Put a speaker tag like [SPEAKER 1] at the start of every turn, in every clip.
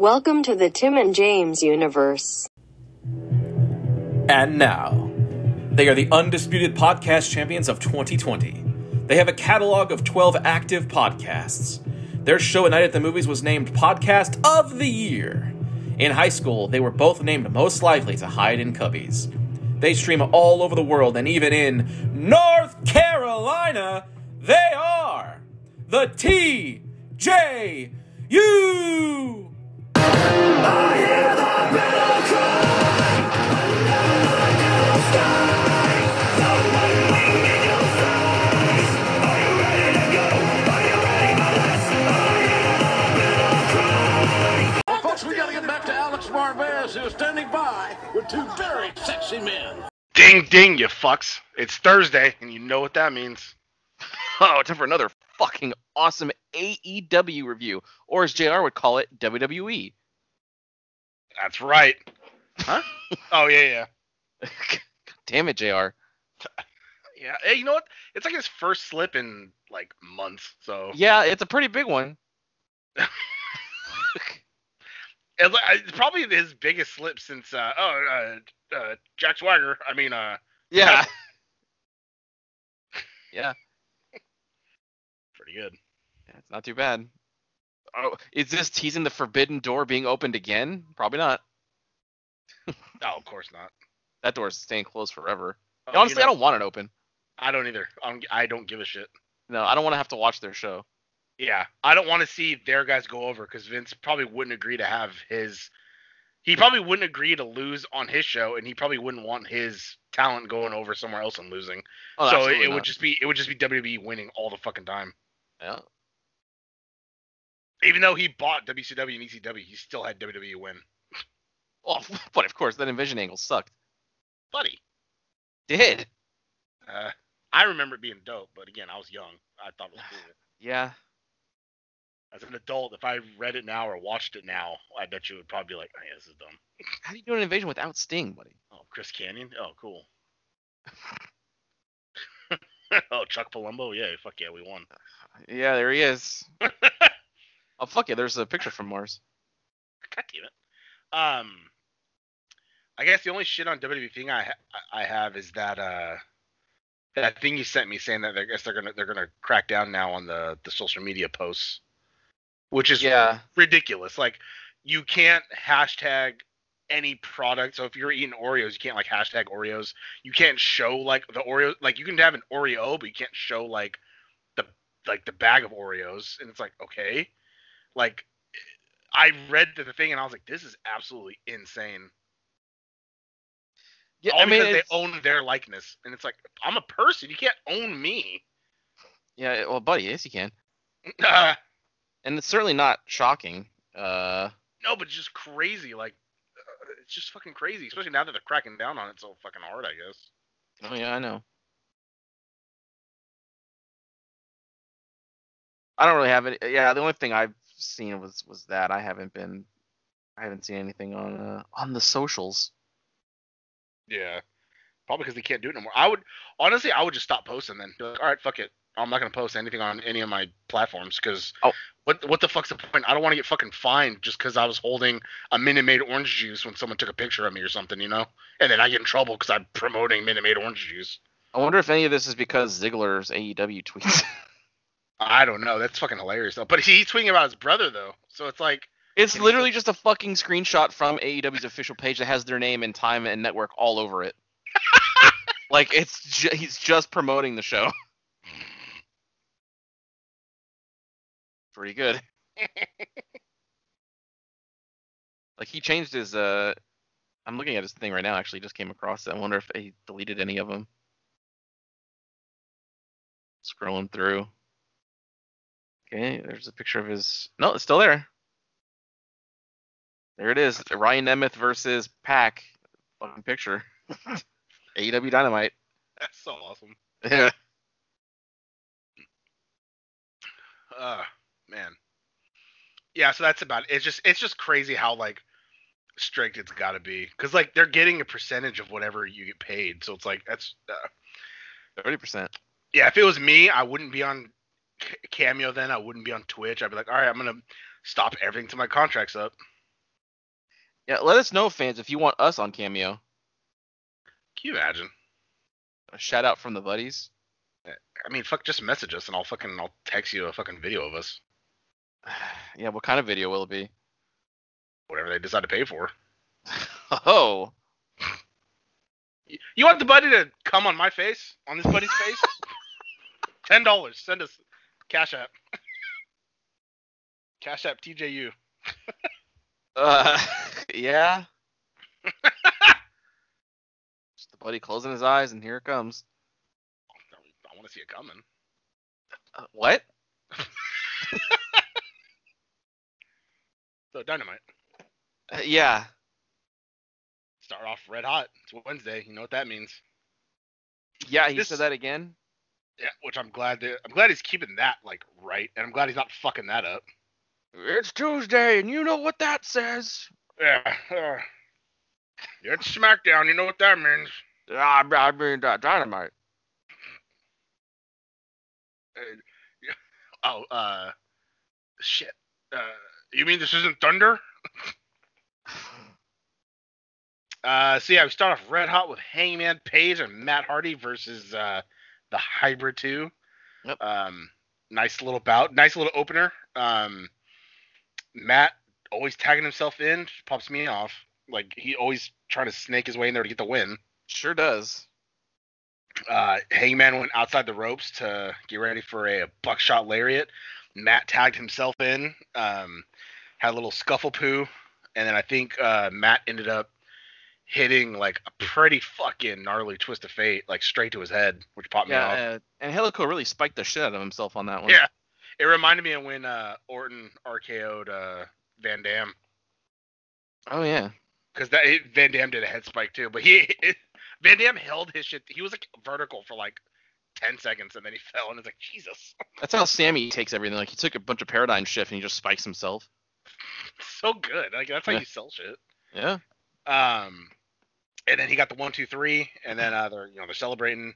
[SPEAKER 1] Welcome to the Tim and James universe.
[SPEAKER 2] And now, they are the undisputed podcast champions of 2020. They have a catalog of 12 active podcasts. Their show at night at the movies was named Podcast of the Year. In high school, they were both named most likely to hide in cubbies. They stream all over the world and even in North Carolina. They are the TJU.
[SPEAKER 3] Folks, we gotta get back to Alex Marvez, who's standing by with two very sexy men.
[SPEAKER 4] Ding ding, you fucks. It's Thursday, and you know what that means.
[SPEAKER 5] Oh, time for another fucking awesome AEW review, or as JR would call it, E. WWE.
[SPEAKER 4] That's right. Huh? oh yeah, yeah.
[SPEAKER 5] Damn it, JR.
[SPEAKER 4] Yeah. Hey, you know what? It's like his first slip in like months. So
[SPEAKER 5] Yeah, it's a pretty big one.
[SPEAKER 4] it's, like- uh, it's probably his biggest slip since uh oh uh, uh Jack Swagger. I mean uh
[SPEAKER 5] Yeah. yeah,
[SPEAKER 4] pretty good.
[SPEAKER 5] it's not too bad. Oh, is this teasing the forbidden door being opened again? Probably not.
[SPEAKER 4] Oh, of course not.
[SPEAKER 5] That door's staying closed forever.
[SPEAKER 4] Oh,
[SPEAKER 5] Honestly,
[SPEAKER 4] you
[SPEAKER 5] I
[SPEAKER 4] know,
[SPEAKER 5] don't want it open.
[SPEAKER 4] uh, I don't either. I don't, I don't give a shit.
[SPEAKER 5] No, I don't want to have to watch their show.
[SPEAKER 4] Yeah, I don't want to see their guys go over because Vince probably wouldn't agree to have his. He probably wouldn't agree to lose on his show, and he probably wouldn't want his talent going over somewhere else and losing.
[SPEAKER 5] Oh,
[SPEAKER 4] so
[SPEAKER 5] absolutely
[SPEAKER 4] it
[SPEAKER 5] not.
[SPEAKER 4] would just be it would just be WWE winning all the fucking time.
[SPEAKER 5] Yeah.
[SPEAKER 4] Even though he bought WCW and ECW, he still had WWE win.
[SPEAKER 5] Oh, but of course, that Envision angle sucked.
[SPEAKER 4] Buddy,
[SPEAKER 5] Did.
[SPEAKER 4] uh, I remember it being dope, but again, I was young. I thought it was cool.
[SPEAKER 5] Yeah.
[SPEAKER 4] As an adult, if I read it now or watched it now, I bet you would probably be like, "Hey, this is dumb."
[SPEAKER 5] How do you do an invasion without Sting, buddy?
[SPEAKER 4] Oh, Chris Canyon. Oh, cool. oh, Chuck Palumbo. Yeah, fuck yeah, we won.
[SPEAKER 5] Yeah, there he is. oh fuck yeah, there's a picture from Mars.
[SPEAKER 4] God damn it. Um, I guess the only shit on WWE thing I ha- I have is that uh that thing you sent me saying that I guess they're gonna they're gonna crack down now on the the social media posts, which is
[SPEAKER 5] Yeah.
[SPEAKER 4] ridiculous. Like you can't hashtag any product. So if you're eating Oreos, you can't like hashtag Oreos. You can't show like the Oreo like you can have an Oreo, but you can't show like the like the bag of Oreos. And it's like, okay. Like I read the the thing and I was like, this is absolutely insane.
[SPEAKER 5] Yeah,
[SPEAKER 4] All
[SPEAKER 5] I mean,
[SPEAKER 4] because
[SPEAKER 5] it's-
[SPEAKER 4] they own their likeness. And it's like, I'm a person. You can't own me.
[SPEAKER 5] yeah. it- Well, buddy, yes, you can,
[SPEAKER 4] Uh,
[SPEAKER 5] and it's certainly not shocking. Uh,
[SPEAKER 4] no, but it's just crazy. Like uh, it's just fucking crazy, especially now that they're cracking down on it so fucking hard, I guess.
[SPEAKER 5] oh yeah, I know. I don't really have it. Yeah, the only thing I've seen was was that I haven't been, I haven't seen anything on uh, on the socials.
[SPEAKER 4] Yeah. Probably because they can't do it no more. I would honestly, I would just stop posting then. Be like, all right, fuck it. I'm not gonna post anything on any of my platforms because
[SPEAKER 5] Oh.
[SPEAKER 4] what what the fuck's the point? I don't want to get fucking fined just because I was holding a Minute Maid orange juice when someone took a picture of me or something, you know? And then I get in trouble because I'm promoting Minute Maid orange juice.
[SPEAKER 5] I wonder if any of this is because Ziggler's AEW tweets.
[SPEAKER 4] I don't know. That's fucking hilarious though. But he's tweeting about his brother though, so it's like,
[SPEAKER 5] It's
[SPEAKER 4] Can you
[SPEAKER 5] literally just a fucking screenshot from AEW's official page that has their name and time and network all over it. like it's ju- he's just promoting the show. Pretty good. like he changed his uh I'm looking at his thing right now actually just came across it. I wonder if he deleted any of them. Scrolling through. Okay, there's a picture of his No, it's still there. There it is. Ryan Nemeth versus Pack. Fucking picture. AEW E Dynamite.
[SPEAKER 4] that's so awesome.
[SPEAKER 5] Yeah.
[SPEAKER 4] uh man yeah so that's about it. it's just it's just crazy how like strict it's got to be because like they're getting a percentage of whatever you get paid so it's like that's uh,
[SPEAKER 5] Thirty percent.
[SPEAKER 4] yeah if it was me i wouldn't be on C- cameo then i wouldn't be on twitch i'd be like all right i'm gonna stop everything till my contract's up
[SPEAKER 5] Yeah, let us know, fans, if you want us on Cameo.
[SPEAKER 4] Can you imagine?
[SPEAKER 5] A shout out from the buddies.
[SPEAKER 4] I mean, fuck, just message us and I'll fucking I'll text you a fucking video of us,
[SPEAKER 5] Yeah, what kind of video will it be?
[SPEAKER 4] whatever they decide to pay for.
[SPEAKER 5] Oh,
[SPEAKER 4] Y- You want the buddy to come on my face, on this buddy's face? Ten dollars. Send us Cash App. Cash App TJU.
[SPEAKER 5] uh, yeah. Just the buddy closing his eyes, and here it comes.
[SPEAKER 4] I want to see it coming.
[SPEAKER 5] Uh, what?
[SPEAKER 4] So dynamite.
[SPEAKER 5] Uh, yeah.
[SPEAKER 4] Start off red hot. It's Wednesday. You know what that means.
[SPEAKER 5] Yeah, he
[SPEAKER 4] This-
[SPEAKER 5] said that again.
[SPEAKER 4] Yeah, which I'm glad that I'm glad he's keeping that like right, and I'm glad he's not fucking that up.
[SPEAKER 5] It's Tuesday, and you know what that says.
[SPEAKER 4] Yeah. Uh, it's SmackDown. You know what that means.
[SPEAKER 5] I, I mean, uh, dynamite.
[SPEAKER 4] Oh, uh, shit. Uh, you mean this isn't Thunder? Uh, so yeah, we start off red hot with Hangman Page and Matt Hardy versus uh, the Hybrid Two.
[SPEAKER 5] Yep.
[SPEAKER 4] Um, nice little bout, nice little opener. Um, Matt always tagging himself in, pops me off. Like he always trying to snake his way in there to get the win.
[SPEAKER 5] Sure does.
[SPEAKER 4] Uh, Hangman went outside the ropes to get ready for a buckshot lariat. Matt tagged himself in, um, had a little scuffle poo, and then I think uh, Matt ended up hitting like a pretty fucking gnarly twist of fate, like straight to his head, which popped
[SPEAKER 5] Yeah,
[SPEAKER 4] me off.
[SPEAKER 5] uh, and Helico really spiked the shit out of himself on that one.
[SPEAKER 4] Yeah. It reminded me of when uh, Orton RKO'd uh, Van Dam
[SPEAKER 5] Oh yeah.
[SPEAKER 4] because that it- Van Dam did a head spike too, but he Van Dam held his shit. He was like vertical for like ten seconds, and then he fell, and it's like Jesus.
[SPEAKER 5] That's how Sammy takes everything. Like he took a bunch of paradigm shift and he just spikes himself.
[SPEAKER 4] so good. Like that's how
[SPEAKER 5] Yeah.
[SPEAKER 4] you sell shit.
[SPEAKER 5] Yeah.
[SPEAKER 4] Um, and then he got the one, two, three, and then uh, they're you know they're celebrating.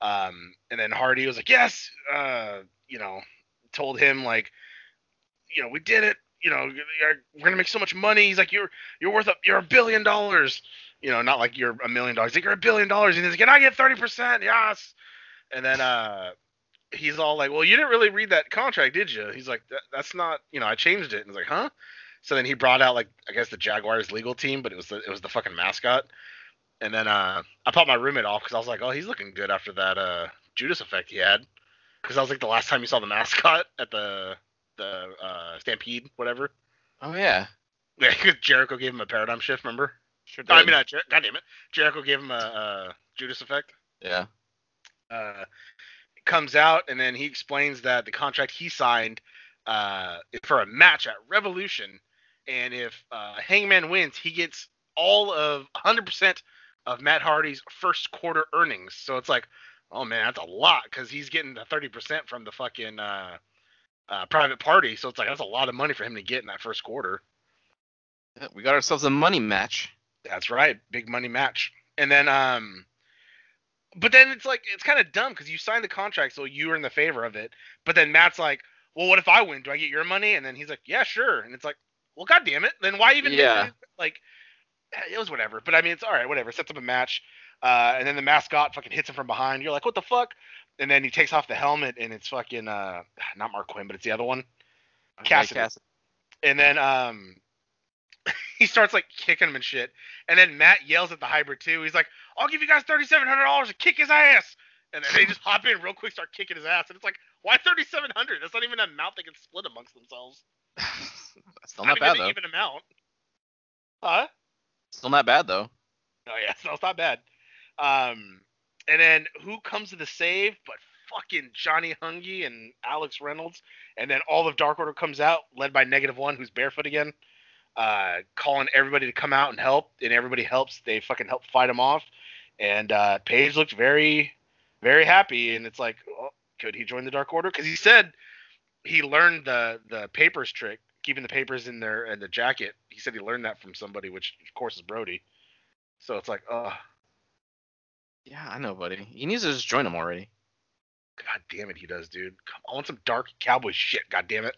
[SPEAKER 4] Um, and then Hardy was like, yes, uh, you know, told him like, you know, we did it. You know, you're- we're gonna make so much money. He's like, you're you're worth a you're a billion dollars. You know, not like you're a million dollars. He's like you're a billion dollars. And he's like, can I get thirty percent? Yes. And then uh, he's all like, well, you didn't really read that contract, did you? He's like, that, that's not. You know, I changed it. And he's like, huh? So then he brought out like I guess the Jaguars legal team, but it was the it was the fucking mascot. And then uh, I popped my roommate off because I was like, oh, he's looking good after that uh, Judas effect he had. Because I was like the last time you saw the mascot at the the uh, Stampede, whatever.
[SPEAKER 5] Oh yeah.
[SPEAKER 4] Yeah, 'cause Jericho gave him a paradigm shift. Remember?
[SPEAKER 5] Sure
[SPEAKER 4] I mean, uh, Jer- God damn it, Jericho gave him a, uh Judas effect.
[SPEAKER 5] yeah.
[SPEAKER 4] Uh, comes out and then he explains that the contract he signed uh, is for a match at Revolution, and if uh, Hangman wins, he gets all of 100% of Matt Hardy's first quarter earnings. So it's like, oh man, that's a lot because he's getting the 30% from the fucking uh, uh, private party. So it's like that's a lot of money for him to get in that first quarter.
[SPEAKER 5] Yeah, We got ourselves a money match.
[SPEAKER 4] That's right, big money match. And then um but then it's like it's kind of dumb cuz you signed the contract so you were in the favor of it. But then Matt's like, "Well, what if I win? Do I get your money?" And then he's like, "Yeah, sure." And it's like, "Well, god damn it. Then why even make
[SPEAKER 5] Yeah.
[SPEAKER 4] it- like eh, it was whatever. But I mean, it's all right, whatever. Sets up a match. Uh, and then the mascot fucking hits him from behind. You're like, "What the fuck?" And then he takes off the helmet and it's fucking uh not Mark Quinn, but it's the other one
[SPEAKER 5] Okay,
[SPEAKER 4] Cassidy. and then um he starts like kicking him and shit. And then Matt yells at the hybrid too. He's like, "I'll give you guys thirty seven hundred dollars to kick his ass." And then they just hop in real quick, start kicking his ass. And it's like, why thirty seven hundred? That's not even an amount they can split amongst themselves.
[SPEAKER 5] Still not
[SPEAKER 4] even
[SPEAKER 5] bad
[SPEAKER 4] an
[SPEAKER 5] though.
[SPEAKER 4] even amount. Huh?
[SPEAKER 5] Still not bad though.
[SPEAKER 4] Oh yeah, so it's not bad. Um, and then who comes to the save but fucking Johnny Hungy and Alex Reynolds? And then all of Dark Order comes out, led by Negative One, who's barefoot again, uh, calling everybody to come out and help. And everybody helps. They fucking help fight him off. And uh, Paige looked very, very happy. And it's like, oh, could he join the Dark Order? Because he said he learned the the papers trick, keeping the papers in their in the jacket. He said he learned that from somebody, which of course is Brody. So it's like, oh,
[SPEAKER 5] Yeah, I know, buddy. He needs to just join him already.
[SPEAKER 4] god damn it, he does, dude. Come, I want some dark cowboy shit. God damn it.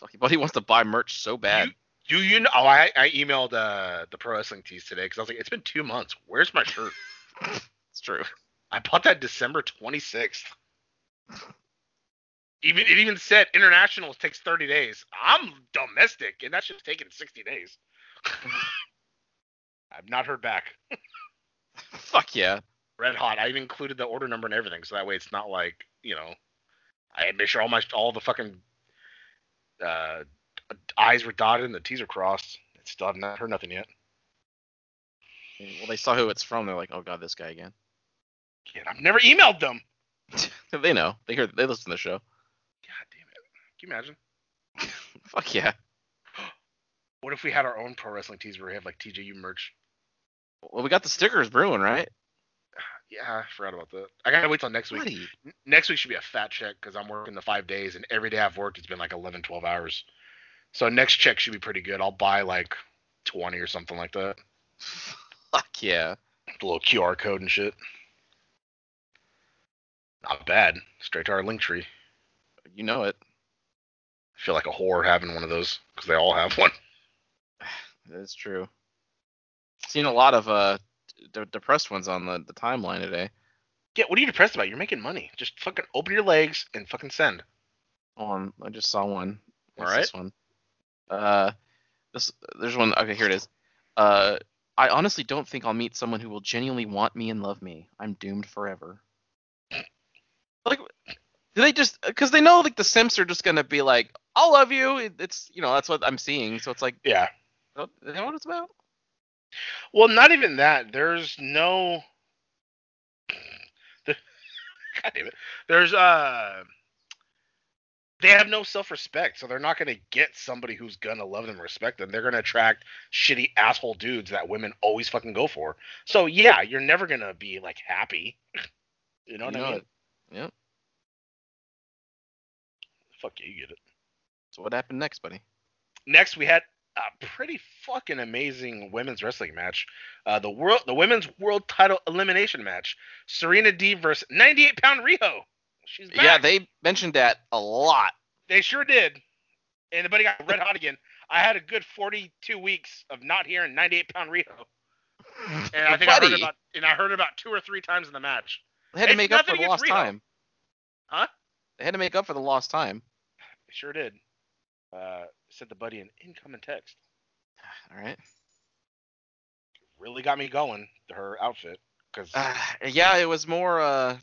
[SPEAKER 5] Fuck, buddy wants to buy merch so bad.
[SPEAKER 4] Do you know? Oh, I, I emailed uh, the pro wrestling tees today because I was like, it's been two months. Where's my shirt?
[SPEAKER 5] It's true.
[SPEAKER 4] I bought that December 26th. Even it even said international takes 30 days. I'm domestic, and that shit's taken 60 days. I've not heard back.
[SPEAKER 5] Fuck yeah.
[SPEAKER 4] Red hot. I even included the order number and everything, so that way it's not like you know. I made sure all my all the fucking uh, I's were dotted and the T's are crossed. Still have not heard nothing yet.
[SPEAKER 5] Well, they saw who it's from. They're like, oh god, this guy again.
[SPEAKER 4] Kid, I've never emailed them.
[SPEAKER 5] they know. They hear. They listen to the show.
[SPEAKER 4] God damn it! Can you imagine?
[SPEAKER 5] Fuck yeah.
[SPEAKER 4] What if we had our own pro wrestling tees where we have like TJU merch?
[SPEAKER 5] Well, we got the stickers brewing, right?
[SPEAKER 4] Yeah, I forgot about that. I gotta wait till next week.
[SPEAKER 5] Buddy.
[SPEAKER 4] Next week should be a fat check because I'm working the five days, and every day I've worked, it's been like 11, 12 hours. So next check should be pretty good. I'll buy like 20 or something like that.
[SPEAKER 5] Fuck yeah.
[SPEAKER 4] The little QR code and shit. Not bad. Straight to our link tree.
[SPEAKER 5] You know it.
[SPEAKER 4] I feel like a whore having one of those because they all have one.
[SPEAKER 5] It's true. Seen a lot of uh de- depressed ones on the, the timeline today.
[SPEAKER 4] Yeah, what are you depressed about? You're making money. Just fucking open your legs and fucking send.
[SPEAKER 5] On I just saw one.
[SPEAKER 4] All
[SPEAKER 5] What's
[SPEAKER 4] right.
[SPEAKER 5] This one. Uh, this there's one. Okay, here it is. Uh, I honestly don't think I'll meet someone who will genuinely want me and love me. I'm doomed forever. Like, do they just? Because they know like the simps are just gonna be like, "I'll love you." It, it's you know that's what I'm seeing. So it's like,
[SPEAKER 4] Yeah.
[SPEAKER 5] don't- is that what it's about?
[SPEAKER 4] Well, not even that. There's no. God damn it. There's uh. They have no self-respect, so they're not gonna get somebody who's gonna love them, and respect them. They're gonna attract shitty asshole dudes that women always fucking go for. So yeah, you're never gonna be like happy. you know what
[SPEAKER 5] You know
[SPEAKER 4] I mean?
[SPEAKER 5] it. Yep.
[SPEAKER 4] Fuck yeah, you get it.
[SPEAKER 5] So what happened next, buddy?
[SPEAKER 4] next we had a pretty fucking amazing women's wrestling match. Uh, the world, the women's world title elimination match. Serena D versus 98 pound Riho. She's back.
[SPEAKER 5] Yeah, they mentioned that a lot.
[SPEAKER 4] They sure did. And the buddy got red hot again. I had a good 42 weeks of not hearing 98 pound Riho. And I think I heard
[SPEAKER 5] Buddy.
[SPEAKER 4] about and I heard about two or three times in the match.
[SPEAKER 5] They had to
[SPEAKER 4] It's
[SPEAKER 5] make up
[SPEAKER 4] nothing
[SPEAKER 5] for the
[SPEAKER 4] against
[SPEAKER 5] lost
[SPEAKER 4] Reno.
[SPEAKER 5] time.
[SPEAKER 4] Huh?
[SPEAKER 5] They had to make up for the lost time.
[SPEAKER 4] They sure did. Uh, sent the buddy an incoming text.
[SPEAKER 5] All right.
[SPEAKER 4] Really got me going. Her outfit, because
[SPEAKER 5] Uh, yeah, it was more uh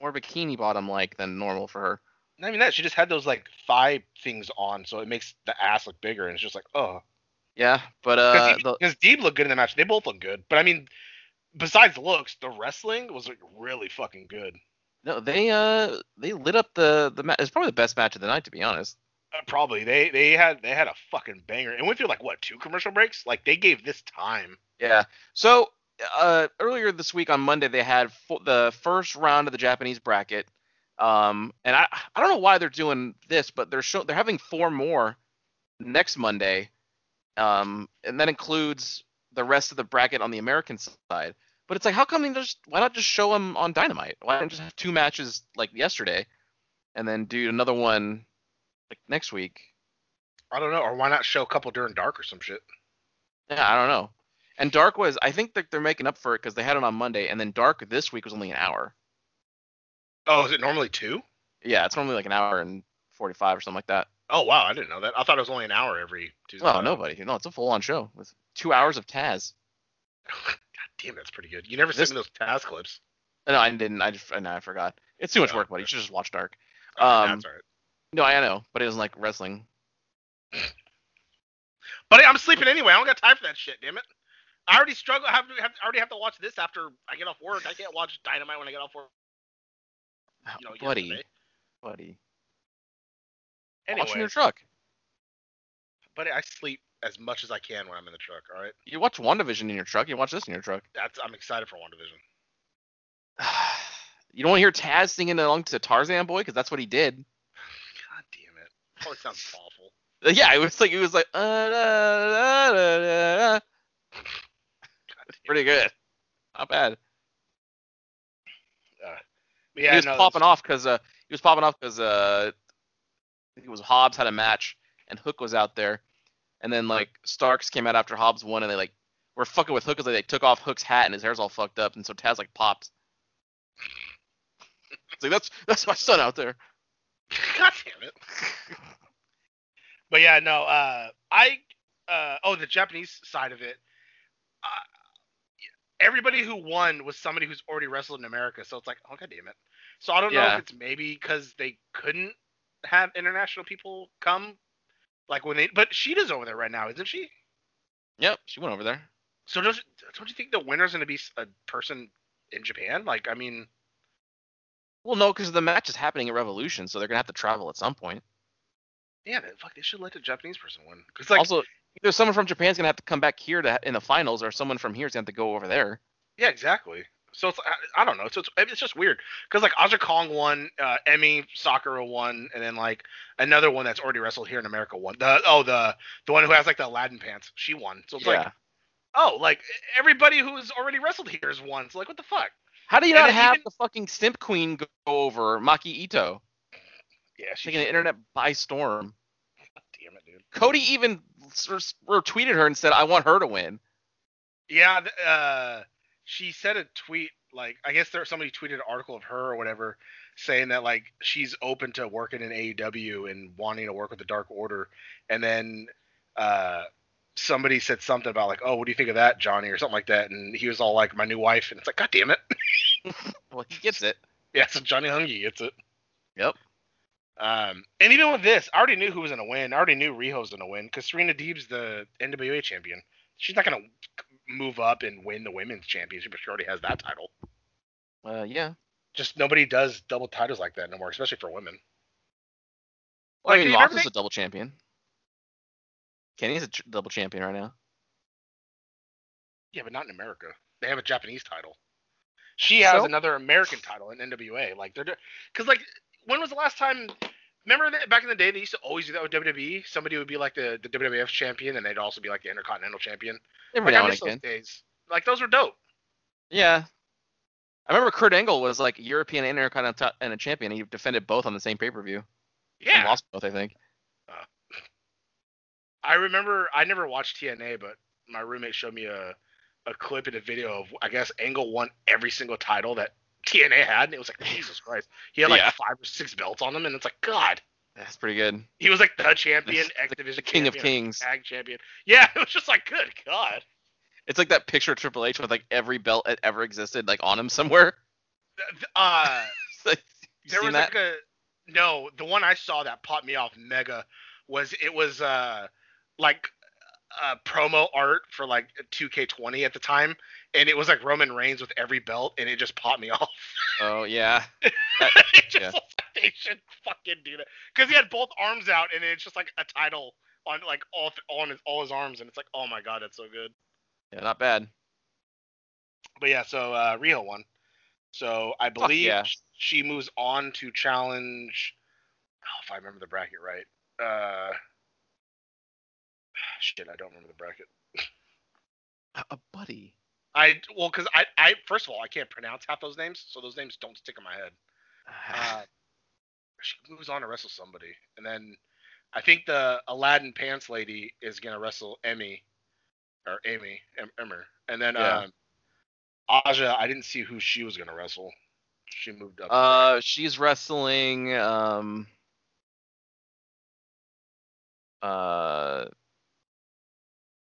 [SPEAKER 5] more bikini bottom like than normal for her.
[SPEAKER 4] not even that. She just had those like thigh things on, so it makes the ass look bigger, and it's just like, oh.
[SPEAKER 5] Yeah, but uh, the,
[SPEAKER 4] Because Deeb looked good in the match. They both look good, but I mean, besides looks, the wrestling was like, really fucking good.
[SPEAKER 5] no, they uh they lit up the the match. It's probably the best match of the night, to be honest.
[SPEAKER 4] Uh, probably they they had they had a fucking banger. It went through like what two commercial breaks? Like they gave this time.
[SPEAKER 5] Yeah. So uh, earlier this week on Monday, they had fo- the first round of the Japanese bracket. Um, and I I don't know why they're doing this, but they're show- they're having four more next Monday. Um, and that includes the rest of the bracket on the American side. But it's like, how come they just why not just show them on Dynamite? Why not just have two matches like yesterday, and then do another one like next week?
[SPEAKER 4] I don't know, or why not show a couple during dark or some shit?
[SPEAKER 5] Yeah, I don't know. And Dark was, I think that they're making up for it because they had it on Monday, and then Dark this week was only an hour.
[SPEAKER 4] Oh, is it normally two?
[SPEAKER 5] Yeah, it's normally like an hour and 45 or something like that.
[SPEAKER 4] Oh wow, I didn't know that. I thought it was only an hour every Tuesday.
[SPEAKER 5] Well, nobody. Oh, No, it's a full on show with two hours of Taz.
[SPEAKER 4] God damn, that's pretty good. You never
[SPEAKER 5] This-
[SPEAKER 4] sent me those task clips.
[SPEAKER 5] No, I didn't. I just, no, I forgot. It's too much
[SPEAKER 4] Yeah.
[SPEAKER 5] work, buddy. You should just watch Dark.
[SPEAKER 4] Oh,
[SPEAKER 5] Um,
[SPEAKER 4] that's all right.
[SPEAKER 5] No, I know, but it doesn't like wrestling.
[SPEAKER 4] But I'm sleeping anyway. I don't got time for that shit. Damn it. I already struggle. I have, to, have I already have to watch this after I get off work. I can't watch Dynamite when I get off work. You know,
[SPEAKER 5] buddy,
[SPEAKER 4] yesterday.
[SPEAKER 5] buddy. Watching
[SPEAKER 4] Anyway,
[SPEAKER 5] your truck.
[SPEAKER 4] buddy, I sleep as much as I can when I'm in the truck. All right.
[SPEAKER 5] You watch WandaVision in your truck. You watch this in your truck.
[SPEAKER 4] That's I'm excited for WandaVision.
[SPEAKER 5] you don't want to hear Taz singing along to Tarzan Boy because that's what he did.
[SPEAKER 4] God damn it. Probably sounds awful.
[SPEAKER 5] Uh, Yeah, it was like it was like uh, da, da, da, da, da.
[SPEAKER 4] God damn
[SPEAKER 5] pretty good, not bad.
[SPEAKER 4] it. Uh, Yeah,
[SPEAKER 5] he was
[SPEAKER 4] no,
[SPEAKER 5] popping
[SPEAKER 4] that's-
[SPEAKER 5] off because uh, he was popping off because uh, I think it was Hobbs had a match and Hook was out there, and then like Starks came out after Hobbs won, and they like were fucking with Hook because they like, took off Hook's hat and his hair's all fucked up, and so Taz like popped. It's like that's that's my son out there.
[SPEAKER 4] God damn it. but yeah, no, uh, I, uh, oh, the Japanese side of it. Uh, everybody who won was somebody who's already wrestled in America, so it's like, oh, god damn it. So I don't know
[SPEAKER 5] Yeah.
[SPEAKER 4] if it's maybe because they couldn't have international people come, like when they, but Sheeta's over there right now, isn't she?
[SPEAKER 5] Yep, she went over there.
[SPEAKER 4] So don't don't you think the winner's gonna be s- a person in Japan? Like, I mean,
[SPEAKER 5] Well, no, because the match is happening at Revolution, so they're gonna have to travel at some point.
[SPEAKER 4] yeah, man, fuck, they should let the Japanese person win. Cause like,
[SPEAKER 5] also, either someone from Japan's gonna have to come back here to in the finals, or someone from here's gonna have to go over there.
[SPEAKER 4] Yeah, exactly. So it's I, I don't know. So it's it's just weird because like Aja Kong won, uh, Emmy Sakura won, and then like another one that's already wrestled here in America won. The oh the the one who has like the Aladdin pants, she won. So it's like
[SPEAKER 5] Yeah.
[SPEAKER 4] oh like everybody who's already wrestled here has won. So like what the fuck?
[SPEAKER 5] How do you
[SPEAKER 4] And
[SPEAKER 5] not
[SPEAKER 4] then
[SPEAKER 5] have
[SPEAKER 4] even-
[SPEAKER 5] the fucking Simp Queen go over Maki Ito,
[SPEAKER 4] Yeah, she
[SPEAKER 5] taking the internet by storm?
[SPEAKER 4] damn it, dude.
[SPEAKER 5] Cody even s- s- retweeted her and said, "I want her to win."
[SPEAKER 4] Yeah, th- uh, she said a tweet like I guess there somebody tweeted an article of her or whatever saying that like she's open to working in AEW and wanting to work with the Dark Order, and then uh, somebody said something about like, oh, what do you think of that, Johnny, or something like that, and he was all like, my new wife, and it's like, god damn it,
[SPEAKER 5] Well, he gets it.
[SPEAKER 4] yeah, so Johnny Hungy gets it.
[SPEAKER 5] Yep.
[SPEAKER 4] Um, and even with this, I already knew who was gonna win. I already knew Riho's gonna win because Serena Deeb's the NWA champion. She's not gonna move up and win the women's championship, but she already has that title.
[SPEAKER 5] Uh, yeah.
[SPEAKER 4] just nobody does double titles like that no more, especially for women.
[SPEAKER 5] Well,
[SPEAKER 4] Like,
[SPEAKER 5] I mean,
[SPEAKER 4] you never
[SPEAKER 5] Mox is
[SPEAKER 4] think-
[SPEAKER 5] a double champion. Kenny's a tr- double champion right now.
[SPEAKER 4] Yeah, but not in America. They have a Japanese title. She has
[SPEAKER 5] So?
[SPEAKER 4] another American title in NWA. Like they're because like when was the last time? Remember that back in the day they used to always do that with WWE. Somebody would be like the, the WWF champion, and they'd also be like the Intercontinental champion. Like
[SPEAKER 5] Every now
[SPEAKER 4] I
[SPEAKER 5] and
[SPEAKER 4] miss
[SPEAKER 5] again.
[SPEAKER 4] those days. Like those were dope.
[SPEAKER 5] Yeah. I remember Kurt Angle was like European and Intercontinental and a champion. He defended both on the same pay per view.
[SPEAKER 4] Yeah,
[SPEAKER 5] And lost both, I think.
[SPEAKER 4] I remember. I never watched TNA, but my roommate showed me a a clip and a video of I guess Angle won every single title that TNA had, and it was like Jesus Christ. He had like
[SPEAKER 5] Yeah.
[SPEAKER 4] five or six belts on him, and it's like God.
[SPEAKER 5] That's pretty good.
[SPEAKER 4] He was like the champion,
[SPEAKER 5] The-
[SPEAKER 4] X Division
[SPEAKER 5] The King of
[SPEAKER 4] champion,
[SPEAKER 5] Kings.
[SPEAKER 4] tag champion. Yeah, it was just like good God.
[SPEAKER 5] It's like that picture of Triple H with like every belt that ever existed like on him somewhere.
[SPEAKER 4] Th- th- Uh,
[SPEAKER 5] It's like, you
[SPEAKER 4] there
[SPEAKER 5] seen
[SPEAKER 4] was
[SPEAKER 5] that?
[SPEAKER 4] like a no. The one I saw that popped me off mega was it was uh like uh, promo art for like 2K20 at the time, and it was like Roman Reigns with every belt, and it just popped me off.
[SPEAKER 5] Oh yeah.
[SPEAKER 4] it just
[SPEAKER 5] Yeah.
[SPEAKER 4] looks like they should fucking do that because he had both arms out, and it's just like a title on like all th- on his all his arms, and it's like oh my god, that's so good.
[SPEAKER 5] Yeah, not bad.
[SPEAKER 4] But yeah, so uh, Rio won. So I believe
[SPEAKER 5] yeah.
[SPEAKER 4] sh- she moves on to challenge. Oh, if I remember the bracket right. Uh, shit, I don't remember the bracket.
[SPEAKER 5] Uh, A buddy.
[SPEAKER 4] I well, because I, I first of all I can't pronounce half those names, so those names don't stick in my head. Uh, she moves on to wrestle somebody, and then I think the Aladdin Pants lady is gonna wrestle Emmy or Amy em- Emmer, and then
[SPEAKER 5] Yeah.
[SPEAKER 4] um, Aja. I didn't see who she was gonna wrestle. She moved up.
[SPEAKER 5] Uh, she's wrestling. Um. Uh.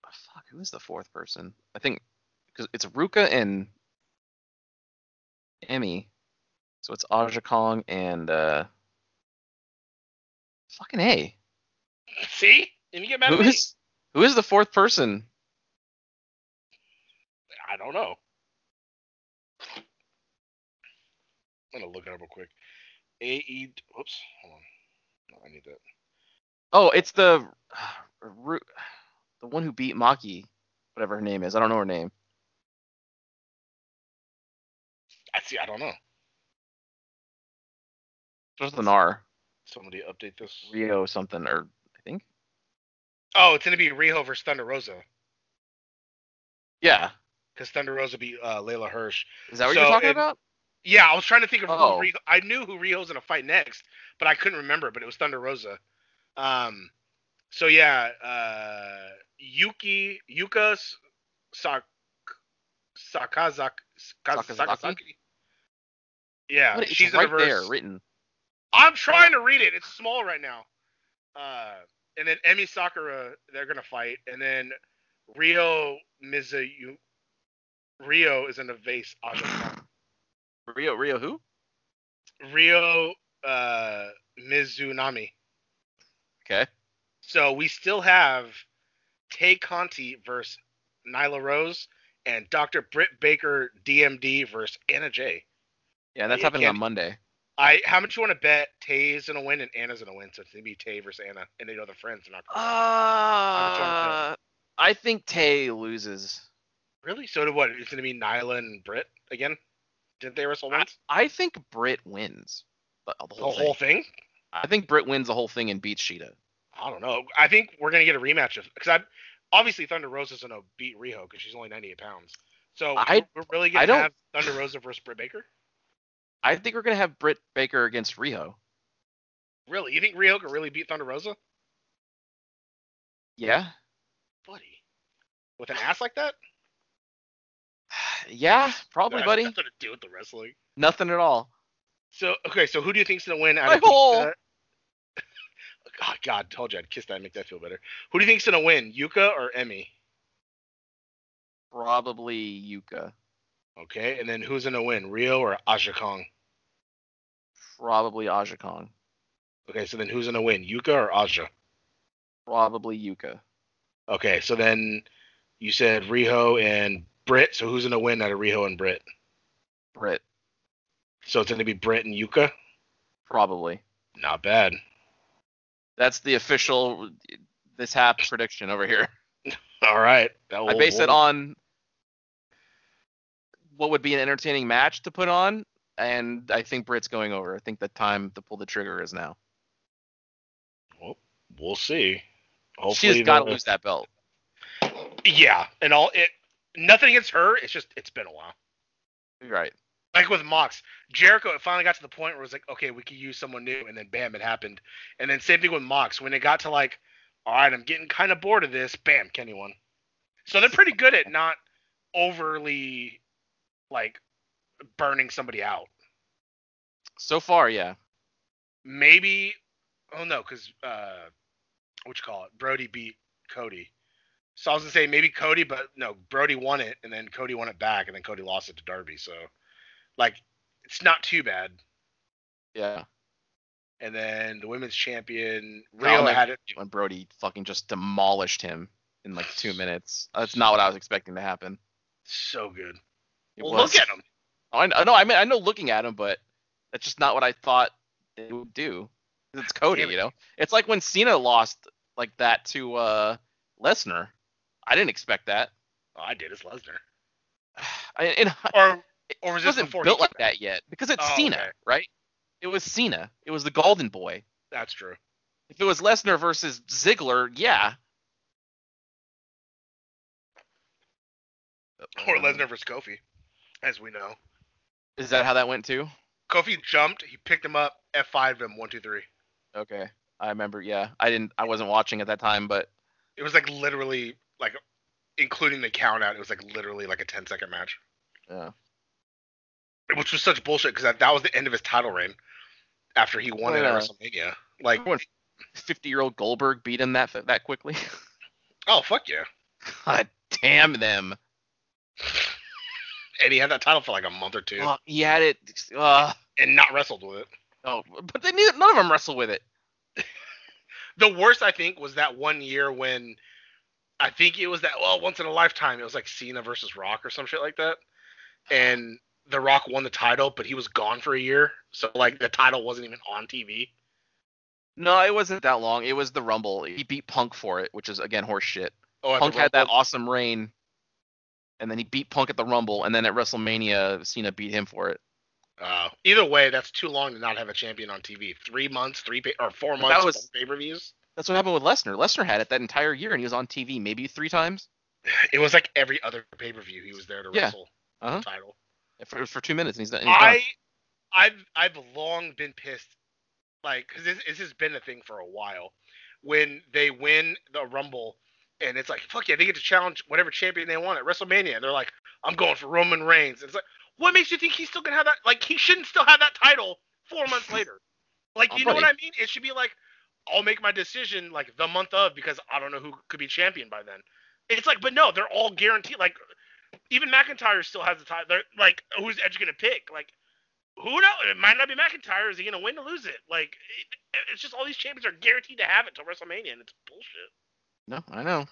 [SPEAKER 5] Fuck. Who is the fourth person? I think because it's Ruka and Emmy. So it's Aja Kong and uh. Fucking a.
[SPEAKER 4] see, and you get mad
[SPEAKER 5] Who
[SPEAKER 4] at me.
[SPEAKER 5] is who is the fourth person?
[SPEAKER 4] I don't know. I'm gonna look it up real quick. A E. Whoops. Hold on. No, I need that.
[SPEAKER 5] Oh, it's the Ru- the one who beat Maki, whatever her name is. I don't know her name.
[SPEAKER 4] I see. I don't know.
[SPEAKER 5] Starts with an R.
[SPEAKER 4] Somebody update this.
[SPEAKER 5] Rio something or I think.
[SPEAKER 4] Oh, it's gonna be Riho versus Thunder Rosa.
[SPEAKER 5] Yeah.
[SPEAKER 4] Because Thunder Rosa beat uh, Layla Hirsch.
[SPEAKER 5] Is that what
[SPEAKER 4] So
[SPEAKER 5] you're talking
[SPEAKER 4] it-
[SPEAKER 5] about?
[SPEAKER 4] Yeah, I was trying to think of
[SPEAKER 5] Oh.
[SPEAKER 4] who Riho, I knew who Rio's gonna fight next, but I couldn't remember. But it was Thunder Rosa. Um, So yeah, uh, Yuki Yuka S- Sak Sakazak Ska-
[SPEAKER 5] Sakazaki?
[SPEAKER 4] Sakazaki. Yeah,
[SPEAKER 5] What- it's
[SPEAKER 4] she's
[SPEAKER 5] right
[SPEAKER 4] in the verse.
[SPEAKER 5] there written.
[SPEAKER 4] I'm trying to read it. It's small right now. Uh, and then Emi Sakura, they're gonna fight, and then Rio Mizuyu. Rio is in a vase. Ajumma.
[SPEAKER 5] Rio Rio who?
[SPEAKER 4] Rio uh, Mizunami.
[SPEAKER 5] Okay.
[SPEAKER 4] So we still have Tay Conti versus Nyla Rose and Dr. Britt Baker DMD versus Anna Jay.
[SPEAKER 5] Yeah, that's
[SPEAKER 4] Yeah,
[SPEAKER 5] happening on
[SPEAKER 4] Candy.
[SPEAKER 5] Monday.
[SPEAKER 4] I how much you want to bet Tay's gonna win and Anna's gonna win, so it's gonna be Tay versus Anna and they know the friends are not gonna
[SPEAKER 5] Uh, I think Tay loses.
[SPEAKER 4] Really? So to what? It's gonna be Nyla and Britt again? Did they wrestle once?
[SPEAKER 5] I think Britt wins the, Ah, the
[SPEAKER 4] The
[SPEAKER 5] whole,
[SPEAKER 4] whole
[SPEAKER 5] thing.
[SPEAKER 4] thing?
[SPEAKER 5] I think Britt wins the whole thing and beats Sheeta.
[SPEAKER 4] I don't know. I think we're gonna get a rematch of because I obviously Thunder Rosa's gonna beat Riho because she's only 98 pounds. So
[SPEAKER 5] I-
[SPEAKER 4] we're really
[SPEAKER 5] I
[SPEAKER 4] gonna
[SPEAKER 5] don't-
[SPEAKER 4] have Thunder Rosa versus Britt Baker?
[SPEAKER 5] I think we're gonna have Britt Baker against Rio.
[SPEAKER 4] Really? You think Riho could really beat Thunder Rosa?
[SPEAKER 5] Yeah.
[SPEAKER 4] buddy. With an ass like that?
[SPEAKER 5] Yeah, probably,
[SPEAKER 4] That has
[SPEAKER 5] buddy.
[SPEAKER 4] Nothing to do with the wrestling.
[SPEAKER 5] Nothing at all.
[SPEAKER 4] So okay, so who do you think's gonna win out
[SPEAKER 5] My
[SPEAKER 4] of Keith-
[SPEAKER 5] hole!
[SPEAKER 4] uh, Oh, God, told you I'd kiss that and make that feel better. Who do you think's gonna win, Yuka or Emmy?
[SPEAKER 5] Probably Yuka.
[SPEAKER 4] Okay, and then who's gonna win, Rio or Aja Kong?
[SPEAKER 5] Probably Aja Kong.
[SPEAKER 4] Okay, so then who's gonna win, Yuka or Aja?
[SPEAKER 5] Probably Yuka.
[SPEAKER 4] Okay, so then you said Riho and Britt. So who's gonna win out of Riho and Britt?
[SPEAKER 5] Britt.
[SPEAKER 4] So it's gonna be Britt and Yuka.
[SPEAKER 5] Probably.
[SPEAKER 4] Not bad.
[SPEAKER 5] That's the official this hap prediction over here.
[SPEAKER 4] All right.
[SPEAKER 5] I base it on what would be an entertaining match to put on, and I think Britt's going over. I think the time to pull the trigger is now.
[SPEAKER 4] We'll see.
[SPEAKER 5] She's got to lose that belt.
[SPEAKER 4] Yeah, and all it. Nothing against her. It's just it's been a while.
[SPEAKER 5] You're right.
[SPEAKER 4] Like with Mox, Jericho, it finally got to the point where it was like, okay, we could use someone new, and then bam, it happened. And then same thing with Mox. When it got to like, all right, I'm getting kind of bored of this. Bam, Kenny won. So they're pretty good at not overly like burning somebody out.
[SPEAKER 5] So far, yeah.
[SPEAKER 4] Maybe, oh no, because uh, what you call it? Brody beat Cody. So I was gonna say maybe Cody, but no, Brody won it, and then Cody won it back, and then Cody lost it to Darby. So, like, it's not too bad.
[SPEAKER 5] Yeah.
[SPEAKER 4] And then the women's champion
[SPEAKER 5] Cal
[SPEAKER 4] Rio
[SPEAKER 5] Mac-
[SPEAKER 4] had it.
[SPEAKER 5] When Brody fucking just demolished him in like two minutes. That's not what I was expecting to happen.
[SPEAKER 4] So good.
[SPEAKER 5] It
[SPEAKER 4] Well,
[SPEAKER 5] was-
[SPEAKER 4] look at him.
[SPEAKER 5] Oh, I know, no, I mean I know looking at him, but that's just not what I thought they would do. 'Cause It's Cody,
[SPEAKER 4] Damn it.
[SPEAKER 5] you know. It's like when Cena lost like that to uh Lesnar. I didn't expect that.
[SPEAKER 4] Oh, I did. It's Lesnar.
[SPEAKER 5] I, and
[SPEAKER 4] Or
[SPEAKER 5] it
[SPEAKER 4] or was this
[SPEAKER 5] wasn't
[SPEAKER 4] before he
[SPEAKER 5] built
[SPEAKER 4] came
[SPEAKER 5] like
[SPEAKER 4] back?
[SPEAKER 5] that yet because it's
[SPEAKER 4] Oh,
[SPEAKER 5] Cena,
[SPEAKER 4] okay.
[SPEAKER 5] right? It was Cena. It was the Golden Boy.
[SPEAKER 4] that's true.
[SPEAKER 5] If it was Lesnar versus Ziggler, yeah.
[SPEAKER 4] Or Lesnar versus Kofi, as we know.
[SPEAKER 5] Um, Is that how that went too?
[SPEAKER 4] Kofi jumped. He picked him up. F five him. One two three.
[SPEAKER 5] Okay. I remember. Yeah, I didn't. I wasn't watching at that time, but
[SPEAKER 4] It was like literally like, including the count out. It was like literally like a 10 second match,
[SPEAKER 5] yeah.
[SPEAKER 4] which was such bullshit because that, that was the end of his title reign after he won
[SPEAKER 5] Oh,
[SPEAKER 4] it
[SPEAKER 5] yeah.
[SPEAKER 4] at WrestleMania. Like,
[SPEAKER 5] Remember when fifty-year-old Goldberg beat him that that quickly?
[SPEAKER 4] oh fuck yeah.
[SPEAKER 5] God damn them.
[SPEAKER 4] And he had that title for like a month or two
[SPEAKER 5] Fuck, he had it. Uh,
[SPEAKER 4] and not wrestled with it.
[SPEAKER 5] oh, but they neither, none of them wrestle with it.
[SPEAKER 4] the worst I think was that one year when I think it was that well once in a lifetime it was like Cena versus Rock or some shit like that, and The Rock won the title, but he was gone for a year, so like the title wasn't even on TV.
[SPEAKER 5] No, it wasn't that long. It was the Rumble. He beat Punk for it, which is again horse shit.
[SPEAKER 4] Oh, at the
[SPEAKER 5] Punk had that
[SPEAKER 4] Rumble?
[SPEAKER 5] awesome reign, and then he beat Punk at the Rumble, and then at WrestleMania, Cena beat him for it.
[SPEAKER 4] Oh. either way, that's too long to not have a champion on TV. Three months, three pa- or four months.
[SPEAKER 5] was-
[SPEAKER 4] pay per views.
[SPEAKER 5] That's what happened with Lesnar. Lesnar had it that entire year, and he was on TV maybe three times.
[SPEAKER 4] It was like every other pay per view he was there to
[SPEAKER 5] Yeah.
[SPEAKER 4] wrestle the
[SPEAKER 5] Uh-huh.
[SPEAKER 4] title.
[SPEAKER 5] For, for two minutes, and he's, not, and he's done.
[SPEAKER 4] I, I've I've long been pissed, like, because this, this has been a thing for a while, when they win the Rumble, and it's like, fuck yeah, they get to challenge whatever champion they want at WrestleMania. And they're like, I'm going for Roman Reigns. And it's like, what makes you think he's still gonna have that? Like, he shouldn't still have that title four months later. Like, you know what I mean? It should be like, I'll make my decision like the month of because I don't know who could be champion by then. It's like, but no, they're all guaranteed. Like, even McIntyre still has the title. They're, like, who's Edge gonna pick? Like, who knows? It might not be McIntyre. Is he gonna win or lose it? Like, it, it's just all these champions are guaranteed to have it till WrestleMania, and it's bullshit.
[SPEAKER 5] No, I know.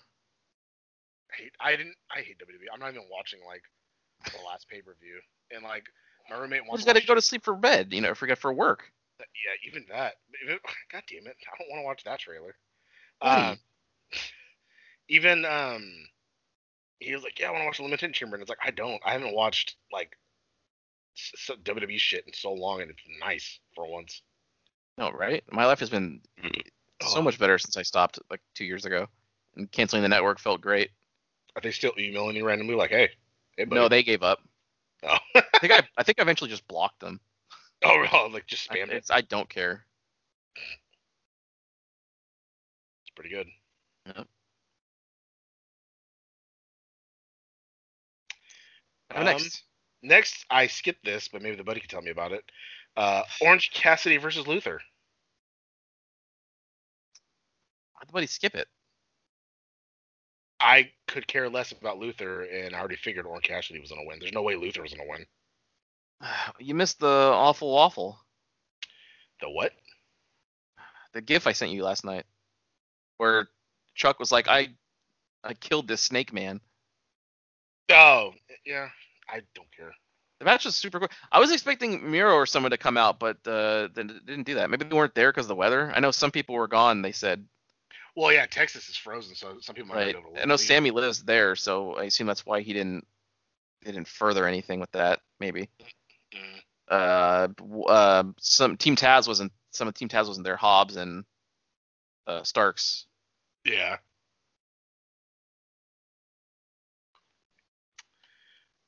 [SPEAKER 4] I hate, I didn't. I hate WWE. I'm not even watching like the last pay per view, and like my roommate
[SPEAKER 5] We
[SPEAKER 4] wants
[SPEAKER 5] just gotta go to sleep for bed, you know, forget for work.
[SPEAKER 4] That- yeah, even that. Even- God damn it! I don't want to watch that trailer.
[SPEAKER 5] Why?
[SPEAKER 4] Um, even um, he was like, "Yeah, I want to watch the Limited Chamber," and it's like, I don't. I haven't watched like s- so WWE shit in so long, and it's nice for once.
[SPEAKER 5] No, right? My life has been
[SPEAKER 4] Mm.
[SPEAKER 5] so
[SPEAKER 4] Oh.
[SPEAKER 5] much better since I stopped like two years ago, and canceling the network felt great.
[SPEAKER 4] Are they still emailing you randomly? Like, hey, hey buddy.
[SPEAKER 5] No, they gave up.
[SPEAKER 4] Oh.
[SPEAKER 5] I think I, I think I eventually just blocked them.
[SPEAKER 4] oh, oh, like just
[SPEAKER 5] I,
[SPEAKER 4] spam it.
[SPEAKER 5] it's- I don't care.
[SPEAKER 4] It's pretty good. Um,
[SPEAKER 5] next,
[SPEAKER 4] Next, I skipped this, but maybe the buddy could tell me about it. Uh, Orange Cassidy versus Luther.
[SPEAKER 5] why'd the buddy skip it?
[SPEAKER 4] I could care less about Luther, and I already figured Orange Cassidy was gonna win. There's no way Luther was gonna win.
[SPEAKER 5] You missed the awful waffle,
[SPEAKER 4] The what?
[SPEAKER 5] the GIF I sent you last night, where Chuck was like, "I, I killed this snake man."
[SPEAKER 4] Oh, yeah. I don't care.
[SPEAKER 5] The match was super cool. I was expecting Miro or someone to come out, but uh, they didn't do that. Maybe they weren't there because of the weather. I know some people were gone. They said,
[SPEAKER 4] Well, yeah, Texas is frozen, so some people might
[SPEAKER 5] right?
[SPEAKER 4] not be able to.
[SPEAKER 5] I know
[SPEAKER 4] leave.
[SPEAKER 5] Sammy lives there, so I assume that's why he didn't they didn't further anything with that. Maybe.
[SPEAKER 4] Mm.
[SPEAKER 5] Uh, w- uh, some Team Taz wasn't. Some of Team Taz wasn't there. Hobbs and uh, Starks.
[SPEAKER 4] Yeah.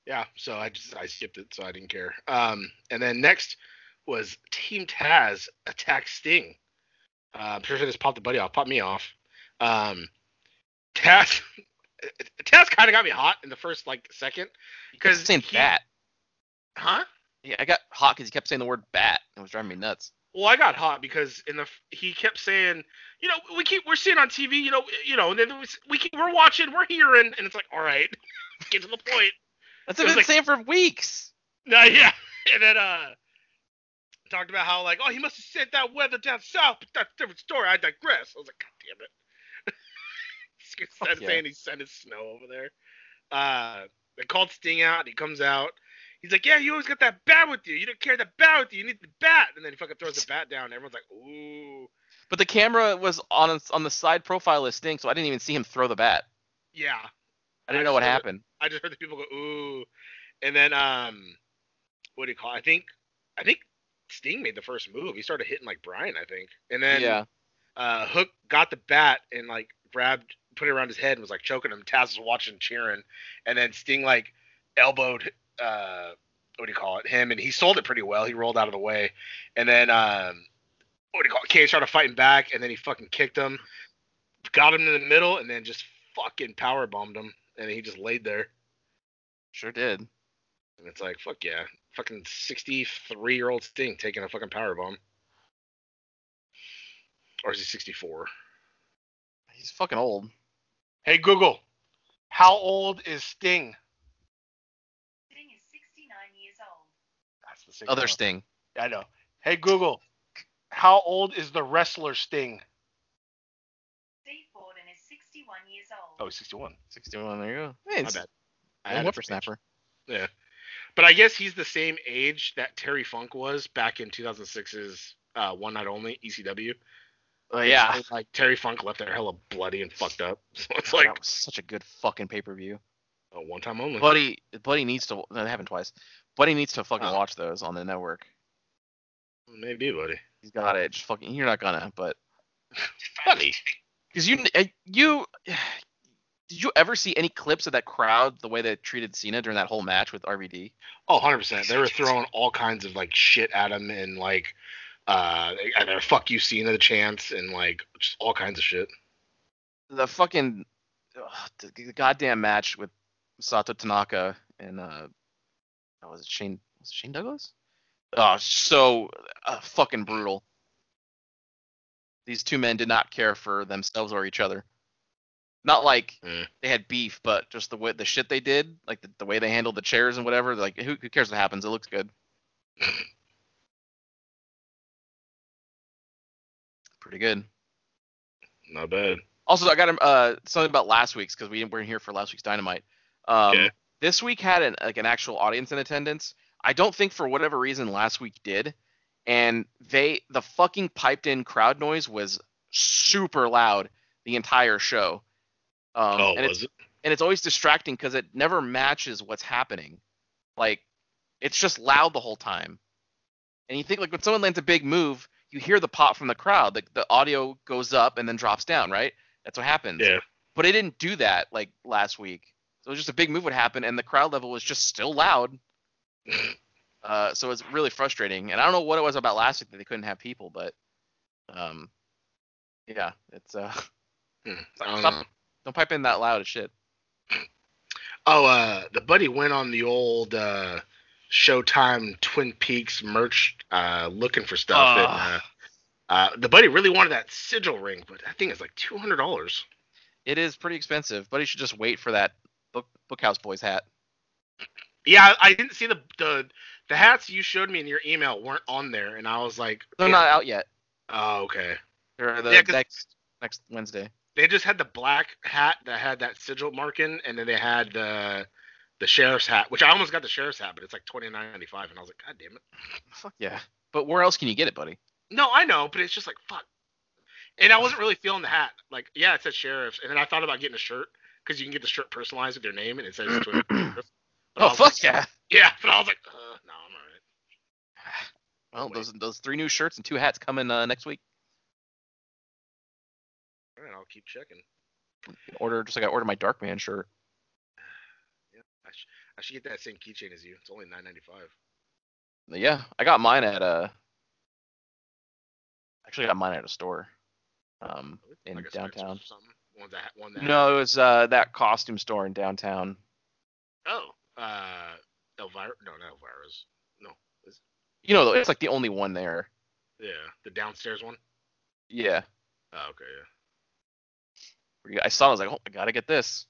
[SPEAKER 4] Yeah, so I just I skipped it, so I didn't care. Um, and then next was Team Taz attack Sting. Uh, I'm sure this popped the buddy off, popped me off. Um, Taz, Taz kind of got me hot in the first like second, because
[SPEAKER 5] Saying bat.
[SPEAKER 4] huh?
[SPEAKER 5] Yeah, I got hot because he kept saying the word bat. It was driving me nuts.
[SPEAKER 4] Well, I got hot because in the f- he kept saying, you know, we keep we're seeing on TV, you know, you know, and then we, we keep, we're watching, we're hearing, and it's like, all right, get to the point.
[SPEAKER 5] That's
[SPEAKER 4] It
[SPEAKER 5] what
[SPEAKER 4] was
[SPEAKER 5] I've been
[SPEAKER 4] like-
[SPEAKER 5] saying for weeks.
[SPEAKER 4] No, yeah, and then uh, talked about how like, oh, he must have sent that weather down south, but that's a different story. I digress. I was like, god damn it. Instead of
[SPEAKER 5] yeah.
[SPEAKER 4] saying he sent his snow over there, uh, they called Sting out, and he comes out. He's like, yeah, you always got that bat with you. You don't carry the bat with you. You need the bat. And then he fucking throws the bat down. And everyone's like, ooh.
[SPEAKER 5] But the camera was on on the side profile of Sting, so I didn't even see him throw the bat.
[SPEAKER 4] Yeah,
[SPEAKER 5] I didn't
[SPEAKER 4] I
[SPEAKER 5] know what
[SPEAKER 4] saw it.
[SPEAKER 5] happened.
[SPEAKER 4] I just heard the people go ooh, and then um, what do you call? It? I think I think Sting made the first move. He started hitting like Brian, I think, and then
[SPEAKER 5] yeah,
[SPEAKER 4] uh, Hook got the bat and like grabbed, put it around his head and was like choking him. Taz was watching, cheering, and then Sting like elbowed uh, what do you call it? Him, and he sold it pretty well. He rolled out of the way, and then um, what do you call it? Cage started fighting back, and then he fucking kicked him, got him in the middle, and then just fucking power bombed him, and he just laid there.
[SPEAKER 5] sure did.
[SPEAKER 4] And it's like, fuck yeah. Fucking 63 year old Sting taking a fucking power bomb. Or is he 64?
[SPEAKER 5] He's fucking old.
[SPEAKER 4] Hey, Google, how old is Sting?
[SPEAKER 6] Sting is 69 years old.
[SPEAKER 4] That's the same
[SPEAKER 5] Other Sting.
[SPEAKER 4] I know. Hey, Google, how old is the wrestler Sting?
[SPEAKER 6] Steve Borden is 61 years old.
[SPEAKER 4] Oh, he's 61.
[SPEAKER 5] 61. There you go. Hey, it's
[SPEAKER 4] bad. I
[SPEAKER 5] a
[SPEAKER 4] had it
[SPEAKER 5] whippersnapper.
[SPEAKER 4] But I guess he's the same age that Terry Funk was back in 2006's uh, One Night Only ECW.
[SPEAKER 5] Oh yeah.
[SPEAKER 4] It's Like, Terry Funk left there hella bloody and fucked up. So it's
[SPEAKER 5] Like,
[SPEAKER 4] like,
[SPEAKER 5] that was such a good fucking pay per view.
[SPEAKER 4] a one time only.
[SPEAKER 5] Buddy, Buddy needs to. No, that happened twice. Buddy needs to fucking
[SPEAKER 4] Oh.
[SPEAKER 5] watch those on the network.
[SPEAKER 4] Maybe, buddy.
[SPEAKER 5] He's got it. Just fucking. You're not gonna, but
[SPEAKER 4] Buddy.
[SPEAKER 5] because you uh, you did you ever see any clips of that crowd the way they treated Cena during that whole match with RVD?
[SPEAKER 4] Oh, 100%. They were throwing all kinds of like shit at him and like Uh, and their fuck you scene of the chance and like just all kinds of shit.
[SPEAKER 5] the fucking ugh, the, the goddamn match with Sato Tanaka and uh oh, was it Shane was it Shane Douglas? Oh, so uh, fucking brutal. These two men did not care for themselves or each other. Not like
[SPEAKER 4] Mm.
[SPEAKER 5] they had beef, but just the way the shit they did, like the, the way they handled the chairs and whatever. Like who, who cares what happens? It looks good. Pretty good.
[SPEAKER 4] Not bad.
[SPEAKER 5] Also, I got um, uh, something about last week's because we didn't- weren't here for last week's Dynamite. Um,
[SPEAKER 4] Okay.
[SPEAKER 5] This week had an, like an actual audience in attendance. I don't think for whatever reason last week did, and they the fucking piped in crowd noise was super loud the entire show. Um,
[SPEAKER 4] oh,
[SPEAKER 5] and it's
[SPEAKER 4] was it?
[SPEAKER 5] and it's always distracting because it never matches what's happening. Like, it's just loud the whole time. And you think like when someone lands a big move, you hear the pop from the crowd. Like the audio goes up and then drops down, right? That's what happens.
[SPEAKER 4] Yeah.
[SPEAKER 5] But it didn't do that like last week. So it was just a big move would happen, and the crowd level was just still loud. Uh, so it's really frustrating. And I don't know what it was about last week that they couldn't have people, but um, yeah, it's uh,
[SPEAKER 4] Hmm, I don't
[SPEAKER 5] Stop.
[SPEAKER 4] know.
[SPEAKER 5] don't pipe in that loud as shit.
[SPEAKER 4] Oh, uh, the buddy went on the old uh, Showtime Twin Peaks merch uh, looking for stuff. and, uh,
[SPEAKER 5] Ugh.
[SPEAKER 4] uh, the buddy really wanted that sigil ring, but I think it's like two hundred dollars.
[SPEAKER 5] It is pretty expensive, but you should just wait for that book Bookhouse Boys hat.
[SPEAKER 4] Yeah, I I didn't see the the the hats you showed me in your email weren't on there, and I was like,
[SPEAKER 5] They're not out yet.
[SPEAKER 4] Oh, okay.
[SPEAKER 5] They're the
[SPEAKER 4] Yeah, 'cause-
[SPEAKER 5] next next Wednesday.
[SPEAKER 4] They just had the black hat that had that sigil marking, and then they had the the sheriff's hat, which I almost got the sheriff's hat, but it's like twenty nine ninety five, and I was like, God damn it.
[SPEAKER 5] Fuck yeah. But where else can you get it, buddy?
[SPEAKER 4] No, I know, but it's just like fuck. And I wasn't really feeling the hat. Like, yeah, it says sheriff's, and then I thought about getting a shirt because you can get the shirt personalized with their name, and it says. Twin Peaks. But I
[SPEAKER 5] Oh
[SPEAKER 4] was
[SPEAKER 5] fuck
[SPEAKER 4] like-
[SPEAKER 5] yeah.
[SPEAKER 4] Yeah, but I was like, uh, no, I'm alright.
[SPEAKER 5] Well, those those three new shirts and two hats coming uh, next week.
[SPEAKER 4] All right, I'll keep checking.
[SPEAKER 5] You can Order just like I ordered my Darkman shirt.
[SPEAKER 4] I, sh- I should get that same keychain as you. It's only nine ninety five.
[SPEAKER 5] Yeah, I got mine at uh actually I got mine at a store. Um in
[SPEAKER 4] Oh, like a Spencer's
[SPEAKER 5] downtown.
[SPEAKER 4] or something. One that one that.
[SPEAKER 5] No, it was uh that costume store in downtown.
[SPEAKER 4] Oh, uh, Elvira. No, not Elvira's.
[SPEAKER 5] You know, it's like the only one there.
[SPEAKER 4] Yeah, the downstairs one.
[SPEAKER 5] Yeah.
[SPEAKER 4] Oh, okay. Yeah.
[SPEAKER 5] I saw it, I was like, "Oh, I got to get this."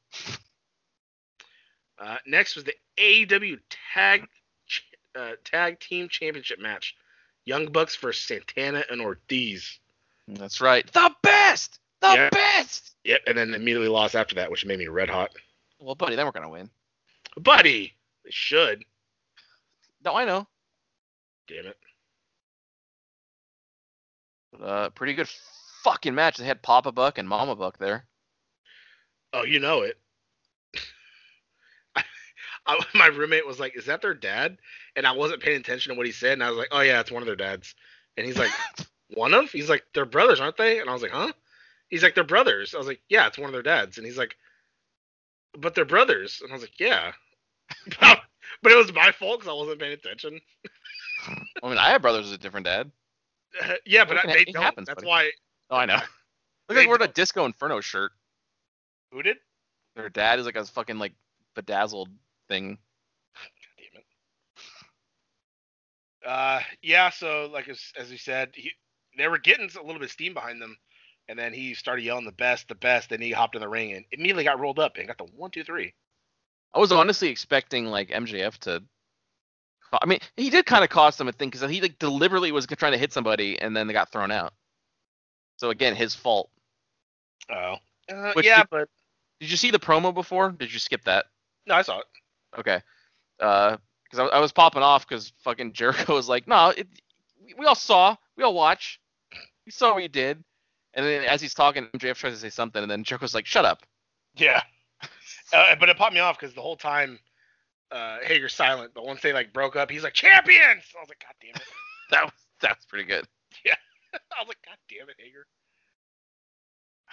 [SPEAKER 4] Uh, next was the AEW Tag Ch- uh, Tag Team Championship match: Young Bucks versus Santana and Ortiz.
[SPEAKER 5] That's right. The best. The
[SPEAKER 4] Yeah.
[SPEAKER 5] best.
[SPEAKER 4] Yep, and then immediately lost after that, which made me red hot.
[SPEAKER 5] Well, buddy, then we're gonna win.
[SPEAKER 4] Buddy, they should.
[SPEAKER 5] No, I know.
[SPEAKER 4] Damn it.
[SPEAKER 5] Uh, pretty good fucking match. They had Papa Buck and Mama Buck there.
[SPEAKER 4] Oh, you know it. I, I, my roommate was like, "Is that their dad?" And I wasn't paying attention to what he said, and I was like, "Oh yeah, it's one of their dads." And he's like, "One of?" He's like, "They're brothers, aren't they?" And I was like, "Huh?" He's like, "They're brothers." I was like, "Yeah, it's one of their dads." And he's like, "But they're brothers." And I was like, "Yeah." but it was my fault because I wasn't paying attention.
[SPEAKER 5] I mean, I have brothers with a different dad.
[SPEAKER 4] yeah, but
[SPEAKER 5] It
[SPEAKER 4] I, they don't.
[SPEAKER 5] happens,
[SPEAKER 4] That's
[SPEAKER 5] buddy.
[SPEAKER 4] why.
[SPEAKER 5] Oh, I know. Look,
[SPEAKER 4] They
[SPEAKER 5] like we're in a Disco Inferno shirt.
[SPEAKER 4] Who did?
[SPEAKER 5] Their dad is like a fucking like bedazzled thing.
[SPEAKER 4] Damn it. Uh, yeah. So, like as as we said, he, they were getting a little bit of steam behind them, and then he started yelling the best, the best. Then he hopped in the ring and immediately got rolled up and got the one, two, three.
[SPEAKER 5] I was honestly expecting like MJF to. I mean, he did kind of cost them a thing because he like deliberately was trying to hit somebody and then they got thrown out. So again, his fault.
[SPEAKER 4] Oh. Uh,
[SPEAKER 5] Which
[SPEAKER 4] yeah,
[SPEAKER 5] did-
[SPEAKER 4] but
[SPEAKER 5] Did you see the promo before? Did you skip that?
[SPEAKER 4] no, I saw it.
[SPEAKER 5] Okay. Because I, I was popping off because fucking Jericho was like, no, it, we, we all saw, we all watch, we saw what you did. And then as he's talking, MJF tries to say something, and then Jericho's like, shut up.
[SPEAKER 4] Yeah. Uh, but it popped me off because the whole time, uh, Hager's silent. But once they like broke up, he's like champions. I was like, God damn it.
[SPEAKER 5] That was that was pretty good.
[SPEAKER 4] I was like, God damn it, Hager.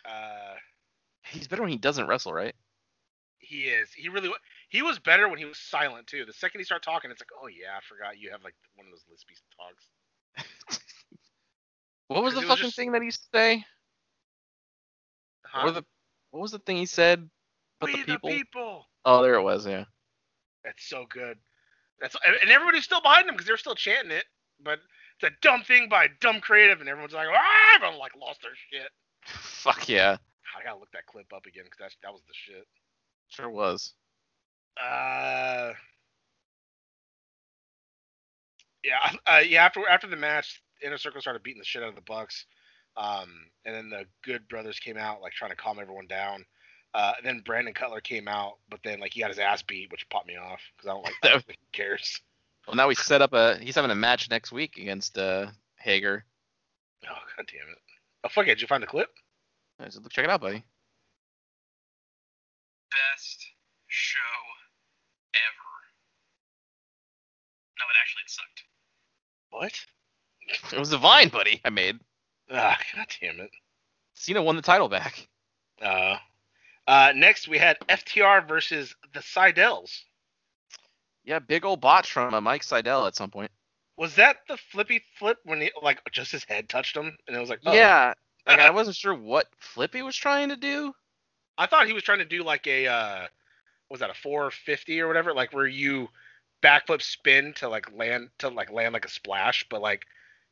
[SPEAKER 4] Uh.
[SPEAKER 5] He's better when he doesn't wrestle, right?
[SPEAKER 4] He is. He really. wa- He was better when he was silent too. The second he started talking, it's like, oh yeah, I forgot you have like one of those lispy talks.
[SPEAKER 5] What was
[SPEAKER 4] 'Cause
[SPEAKER 5] the
[SPEAKER 4] it was
[SPEAKER 5] fucking
[SPEAKER 4] just-
[SPEAKER 5] thing that he say?
[SPEAKER 4] Huh?
[SPEAKER 5] Or the what was the thing he said? But
[SPEAKER 4] we
[SPEAKER 5] the people.
[SPEAKER 4] people.
[SPEAKER 5] Oh, there it was. Yeah.
[SPEAKER 4] That's so good. That's and- and everybody's still behind them because they're still chanting it. But it's a dumb thing by a dumb creative, and everyone's like, ah, everyone like lost their shit.
[SPEAKER 5] Fuck yeah.
[SPEAKER 4] God, I gotta look that clip up again because that that was the shit.
[SPEAKER 5] Sure was.
[SPEAKER 4] Uh, yeah, uh, yeah. After after the match, Inner Circle started beating the shit out of the Bucks, um, and then the Good Brothers came out like trying to calm everyone down. Uh, and then Brandon Cutler came out, but then like he got his ass beat, which popped me off because I don't like that. Who cares?
[SPEAKER 5] Well, now we set up a. He's having a match next week against uh, Hager.
[SPEAKER 4] Oh god damn it! Oh fuck it! Did you find the clip?
[SPEAKER 5] I said, Look, check it out, buddy.
[SPEAKER 7] best show ever. No, it actually it sucked.
[SPEAKER 4] What?
[SPEAKER 5] It was the Vine, buddy. I made
[SPEAKER 4] Ah, god damn it.
[SPEAKER 5] Cena won the title back.
[SPEAKER 4] Uh, uh, next we had FTR versus the Seidels.
[SPEAKER 5] Yeah, big old botch from uh, Mike Seidel at some point.
[SPEAKER 4] Was that the flippy flip when he like just his head touched him and it was like oh.
[SPEAKER 5] Yeah. Like I wasn't sure what Flippy was trying to do.
[SPEAKER 4] I thought he was trying to do like a uh what was that a 450 or whatever like where you backflip spin to like land to like land like a splash but like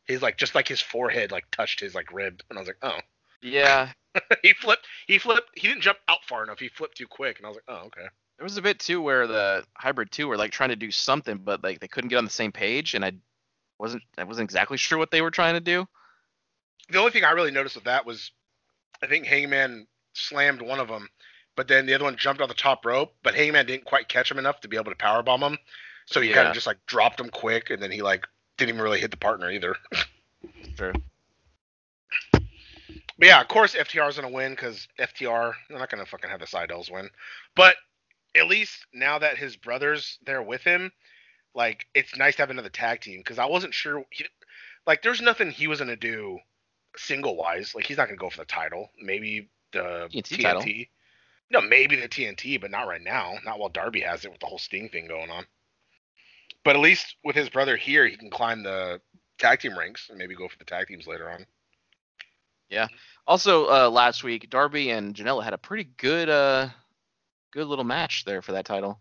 [SPEAKER 4] his like just like his forehead like touched his like rib and I was like oh
[SPEAKER 5] Yeah.
[SPEAKER 4] he flipped he flipped he didn't jump out far enough he flipped too quick and I was like oh okay
[SPEAKER 5] There was a bit too where the hybrid two were like trying to do something, but like they couldn't get on the same page, and I wasn't I wasn't exactly sure what they were trying to do.
[SPEAKER 4] the only thing I really noticed with that was I think Hangman slammed one of them, but then the other one jumped on the top rope, but Hangman didn't quite catch him enough to be able to power bomb him. So he kind
[SPEAKER 5] Yeah.
[SPEAKER 4] of just like dropped him quick, and then he like didn't even really hit the partner either.
[SPEAKER 5] True.
[SPEAKER 4] But yeah, of course FTR's gonna win because FTR they're not gonna fucking have the Seidels win. But at least now that his brother's there with him, like it's nice to have another tag team because I wasn't sure. He, like there's nothing he was gonna do single wise. Like he's not gonna go for the title. Maybe the
[SPEAKER 5] TNT
[SPEAKER 4] TNT.
[SPEAKER 5] title.
[SPEAKER 4] No, maybe the TNT, but not right now. Not while Darby has it with the whole Sting thing going on. But at least with his brother here, he can climb the tag team ranks and maybe go for the tag teams later on.
[SPEAKER 5] Also, uh, last week Darby and Janela had a pretty good uh good little match there for that title.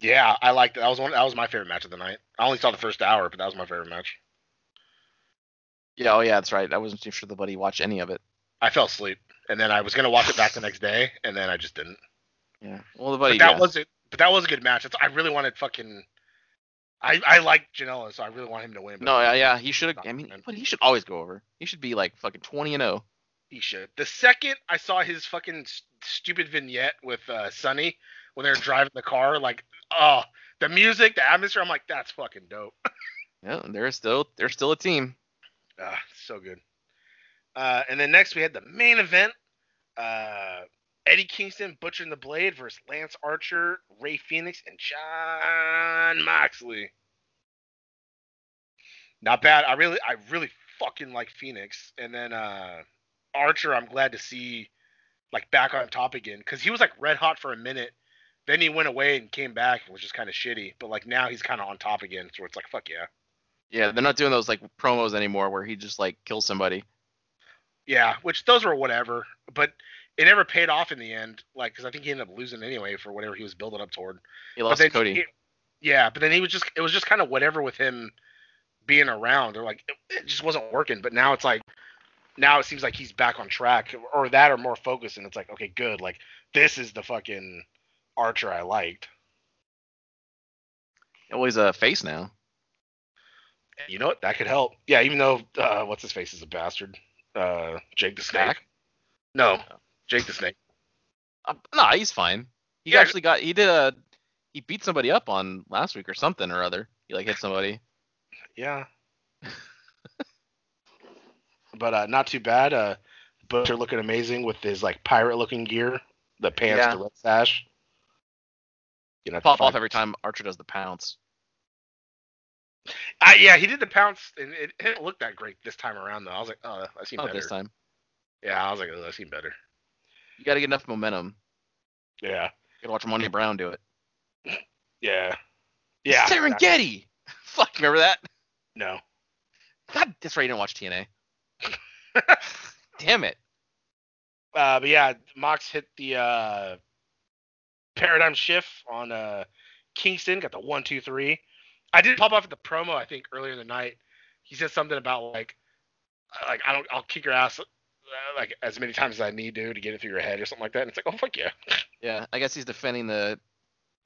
[SPEAKER 4] Yeah, I liked it. That was one. That was my favorite match of the night. I only saw the first hour, but that was my favorite match.
[SPEAKER 5] Yeah, oh yeah, that's right. I wasn't too sure the buddy watched any of it.
[SPEAKER 4] I fell asleep, and then I was gonna watch it back the next day, and then I just didn't.
[SPEAKER 5] Yeah. Well, the
[SPEAKER 4] But,
[SPEAKER 5] buddy.
[SPEAKER 4] that
[SPEAKER 5] yeah.
[SPEAKER 4] was it. But that was a good match. It's, I really wanted fucking. I I like Janela, so I really want him to win. But
[SPEAKER 5] No, yeah, yeah, he should. have I mean,
[SPEAKER 4] Man.
[SPEAKER 5] but he should always go over. He should be like fucking twenty and oh. zero.
[SPEAKER 4] he should. The second I saw his fucking s- stupid vignette with uh, Sonny when they're driving the car, like, oh, the music, the atmosphere. I'm like, that's fucking dope.
[SPEAKER 5] Yeah, they're still they're still a team.
[SPEAKER 4] Ah, so good. Uh, and then next we had the main event: uh, Eddie Kingston, Butcher and the Blade versus Lance Archer, Ray Phoenix, and John Moxley. Not bad. I really, I really fucking like Phoenix. And then uh, Archer, I'm glad to see like back on top again because he was like red hot for a minute. Then he went away and came back and was just kind of shitty. But like now he's kind of on top again, so it's like fuck yeah.
[SPEAKER 5] Yeah, they're not doing those like promos anymore where he just like kills somebody.
[SPEAKER 4] Yeah, which those were whatever, but it never paid off in the end. Like, because I think he ended up losing anyway for whatever he was building up toward.
[SPEAKER 5] He
[SPEAKER 4] But
[SPEAKER 5] lost
[SPEAKER 4] then
[SPEAKER 5] to Cody.
[SPEAKER 4] he- yeah, but then he was just it was just kind of whatever with him being around. They're like it, it just wasn't working. But now it's like now it seems like he's back on track, or that, or more focused. And it's like okay, good. Like this is the fucking Archer I liked.
[SPEAKER 5] Well, he's a uh, face now.
[SPEAKER 4] You know what? That could help. Yeah, even though uh, what's his face is a bastard. Uh, Jake the Snake.
[SPEAKER 5] Back?
[SPEAKER 4] No, Jake the Snake.
[SPEAKER 5] Uh, nah, he's fine. He
[SPEAKER 4] Yeah.
[SPEAKER 5] actually got he did a he beat somebody up on last week or something or other. He like hit somebody.
[SPEAKER 4] Yeah. but uh, not too bad. Uh, Butcher looking amazing with his like pirate looking gear, the pants,
[SPEAKER 5] Yeah.
[SPEAKER 4] the red sash. You know,
[SPEAKER 5] Pop off every time Archer does the pounce.
[SPEAKER 4] I, yeah, he did the pounce, and it, it didn't look that great this time around though. I was like, oh, I seen
[SPEAKER 5] Not
[SPEAKER 4] better.
[SPEAKER 5] this time.
[SPEAKER 4] Yeah, I was like, oh, I seen better.
[SPEAKER 5] You got to get enough momentum.
[SPEAKER 4] Yeah,
[SPEAKER 5] You got to watch Monty Brown do it.
[SPEAKER 4] yeah, yeah.
[SPEAKER 5] It's Serengeti. Fuck, remember that?
[SPEAKER 4] No,
[SPEAKER 5] God, that's right. You didn't watch TNA. Damn it.
[SPEAKER 4] Uh, but yeah, Mox hit the uh, paradigm shift on uh, Kingston. Got the one, two, three. I did pop off at the promo. I think earlier in the night, he said something about like, uh, like I don't, I'll kick your ass uh, like as many times as I need to to get it through your head or something like that. And it's like, oh fuck yeah.
[SPEAKER 5] Yeah, I guess he's defending the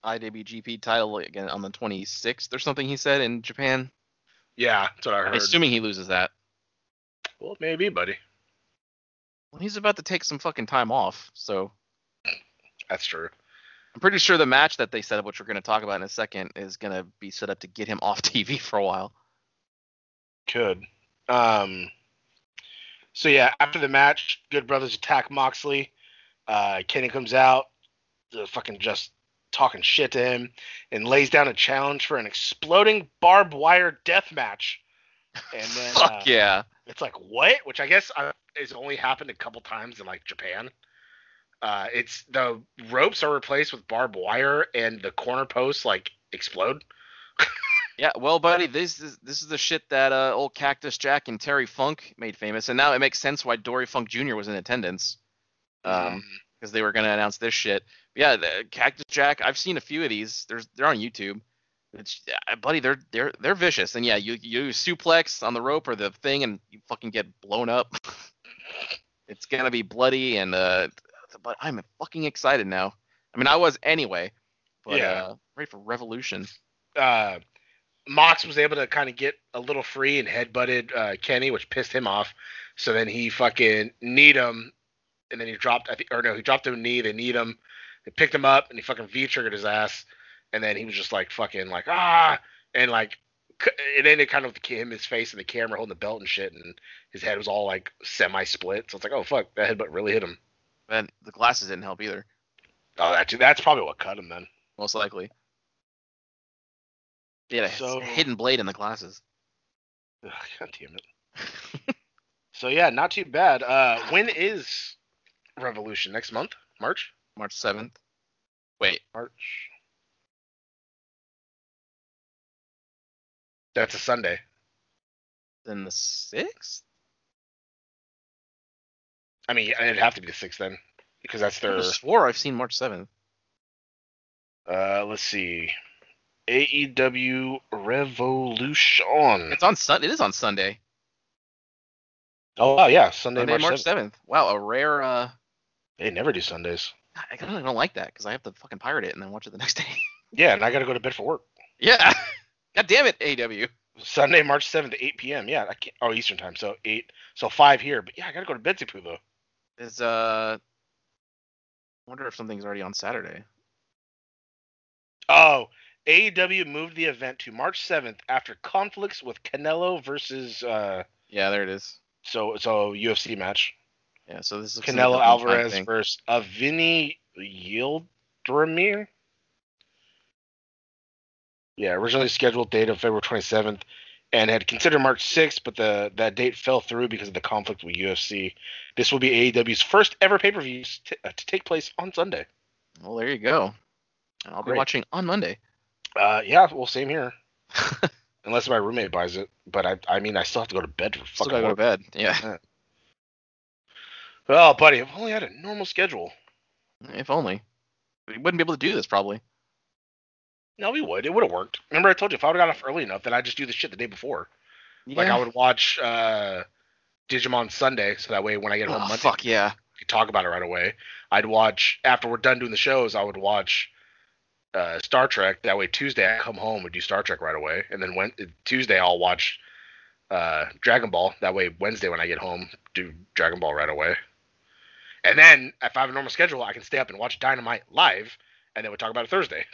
[SPEAKER 5] IWGP title again on the 26th or something he said in Japan.
[SPEAKER 4] Yeah, that's what I heard.
[SPEAKER 5] Assuming he loses that.
[SPEAKER 4] well, maybe, buddy.
[SPEAKER 5] Well, he's about to take some fucking time off, so
[SPEAKER 4] That's true.
[SPEAKER 5] I'm pretty sure the match that they set up, which we're going to talk about in a second, is going to be set up to get him off TV for a while.
[SPEAKER 4] Could. Um. So yeah, after the match, Good Brothers attack Moxley. Uh, Kenny comes out, uh, fucking just talking shit to him, and lays down a challenge for an exploding barbed wire death match. And then
[SPEAKER 5] Fuck
[SPEAKER 4] uh,
[SPEAKER 5] yeah.
[SPEAKER 4] it's like what? Which I guess uh, has only happened a couple times in like Japan. Uh, it's the ropes are replaced with barbed wire, and the corner posts like explode.
[SPEAKER 5] Yeah, well, buddy, this is this is the shit that uh, old Cactus Jack and Terry Funk made famous, and now it makes sense why Dory Funk Jr. was in attendance, because they were gonna announce this shit. But yeah, the, Cactus Jack, I've seen a few of these. There's they're on YouTube. It's uh, buddy, they're they're they're vicious, and yeah, you you suplex on the rope or the thing, and you fucking get blown up. it's gonna be bloody, and uh, but I'm fucking excited now. I mean, I was anyway, but
[SPEAKER 4] Yeah.
[SPEAKER 5] uh, ready for Revolution.
[SPEAKER 4] uh, Mox was able to kind of get a little free and headbutted uh, Kenny, which pissed him off. So then he fucking kneed him, and then he dropped. I think, or no, he dropped him a knee. They kneed him. They picked him up, and he fucking V triggered his ass. And then he was just like fucking like ah, and like c- it ended kind of with him his face in the camera holding the belt and shit, and his head was all like semi split. So it's like oh fuck, that headbutt really hit him.
[SPEAKER 5] But the glasses didn't help either.
[SPEAKER 4] Oh, that that's probably what cut him then.
[SPEAKER 5] most likely. Yeah,
[SPEAKER 4] So-
[SPEAKER 5] hidden blade in the glasses.
[SPEAKER 4] Ugh, God damn it. so yeah, not too bad. Uh, when is Revolution next month? March?
[SPEAKER 5] March seventh. Wait,
[SPEAKER 4] March. That's a Sunday.
[SPEAKER 5] then the sixth?
[SPEAKER 4] I mean, it'd have to be the sixth then, because that's
[SPEAKER 5] I
[SPEAKER 4] their.
[SPEAKER 5] could've swore I've seen March seventh.
[SPEAKER 4] Uh, let's see. AEW Revolution.
[SPEAKER 5] It's on Sun. It is on Sunday.
[SPEAKER 4] Oh wow, yeah, Sunday,
[SPEAKER 5] Sunday,
[SPEAKER 4] March.
[SPEAKER 5] March
[SPEAKER 4] 7th.
[SPEAKER 5] seventh. Wow, a rare. uh
[SPEAKER 4] They never do Sundays.
[SPEAKER 5] I kind of don't like that because I have to fucking pirate it and then watch it the next day.
[SPEAKER 4] Yeah, and I gotta go to bed for work.
[SPEAKER 5] yeah. God damn it, E AW.
[SPEAKER 4] Sunday, March seventh, eight p.m. Yeah, I can't. Oh, Eastern time, so eight, so five here. But yeah, I gotta go to bed to though.
[SPEAKER 5] Is uh. I wonder if something's already on Saturday.
[SPEAKER 4] Oh, AEW moved the event to March 7th after conflicts with Canelo versus uh
[SPEAKER 5] Yeah, there it is.
[SPEAKER 4] so so UFC match.
[SPEAKER 5] Yeah, so this is
[SPEAKER 4] Canelo Alvarez versus Avini Yildirimir. Yeah, originally scheduled date of February 27th and had considered March 6th, but the that date fell through because of the conflict with UFC. This will be AEW's first ever pay-per-view t- uh, to take place on Sunday.
[SPEAKER 5] Well, there you go. And I'll be
[SPEAKER 4] Great.
[SPEAKER 5] watching on Monday.
[SPEAKER 4] Uh yeah, well same here. Unless my roommate buys it, but I, I mean, I still have to go to bed for
[SPEAKER 5] Still
[SPEAKER 4] fucking
[SPEAKER 5] gotta go to
[SPEAKER 4] work.
[SPEAKER 5] bed. Yeah.
[SPEAKER 4] Oh, buddy, I've only had a normal schedule.
[SPEAKER 5] If only. We wouldn't be able to do this probably.
[SPEAKER 4] No, we would. It would have worked. Remember, I told you if I would have got off early enough, then I'd just do the shit the day before. Like I would watch uh, Digimon Sunday, so that way when I get home
[SPEAKER 5] Oh,
[SPEAKER 4] Monday,
[SPEAKER 5] fuck yeah.
[SPEAKER 4] we could talk about it right away. I'd watch after we're done doing the shows. I would watch uh, Star Trek. That way Tuesday I come home and do Star Trek right away, and then when Tuesday I'll watch uh, Dragon Ball. That way Wednesday when I get home, do Dragon Ball right away. And then if I have a normal schedule, I can stay up and watch Dynamite live, and then we talk about it Thursday.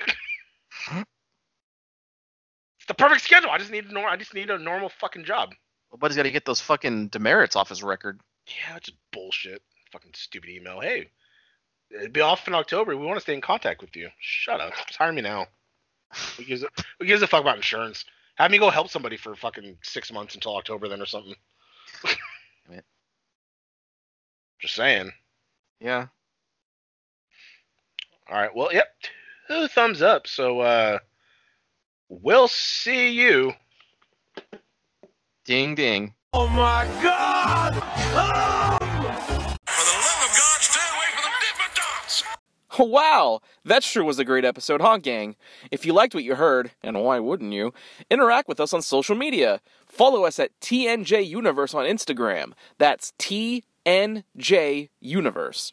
[SPEAKER 4] it's the perfect schedule. I just need a nor- I just need a normal fucking job.
[SPEAKER 5] Well, Buddy's got to get those fucking demerits off his record.
[SPEAKER 4] Yeah, that's just bullshit. Fucking stupid email. Hey, it'd be off in October. We want to stay in contact with you. Shut up. Just hire me now. Who gives a, who gives a fuck about insurance? Have me go help somebody for fucking six months until October then or something.
[SPEAKER 5] Damn it.
[SPEAKER 4] Just saying.
[SPEAKER 5] Yeah.
[SPEAKER 4] All right. Well, yep. Two thumbs up. So, uh, we'll see you.
[SPEAKER 5] Ding ding.
[SPEAKER 3] For the love of God, stay away from the Dippin' Dots!
[SPEAKER 2] Wow, that sure was a great episode, huh, gang? If you liked what you heard, and why wouldn't you, interact with us on social media. Follow us at TNJ Universe on Instagram. That's TNJ Universe.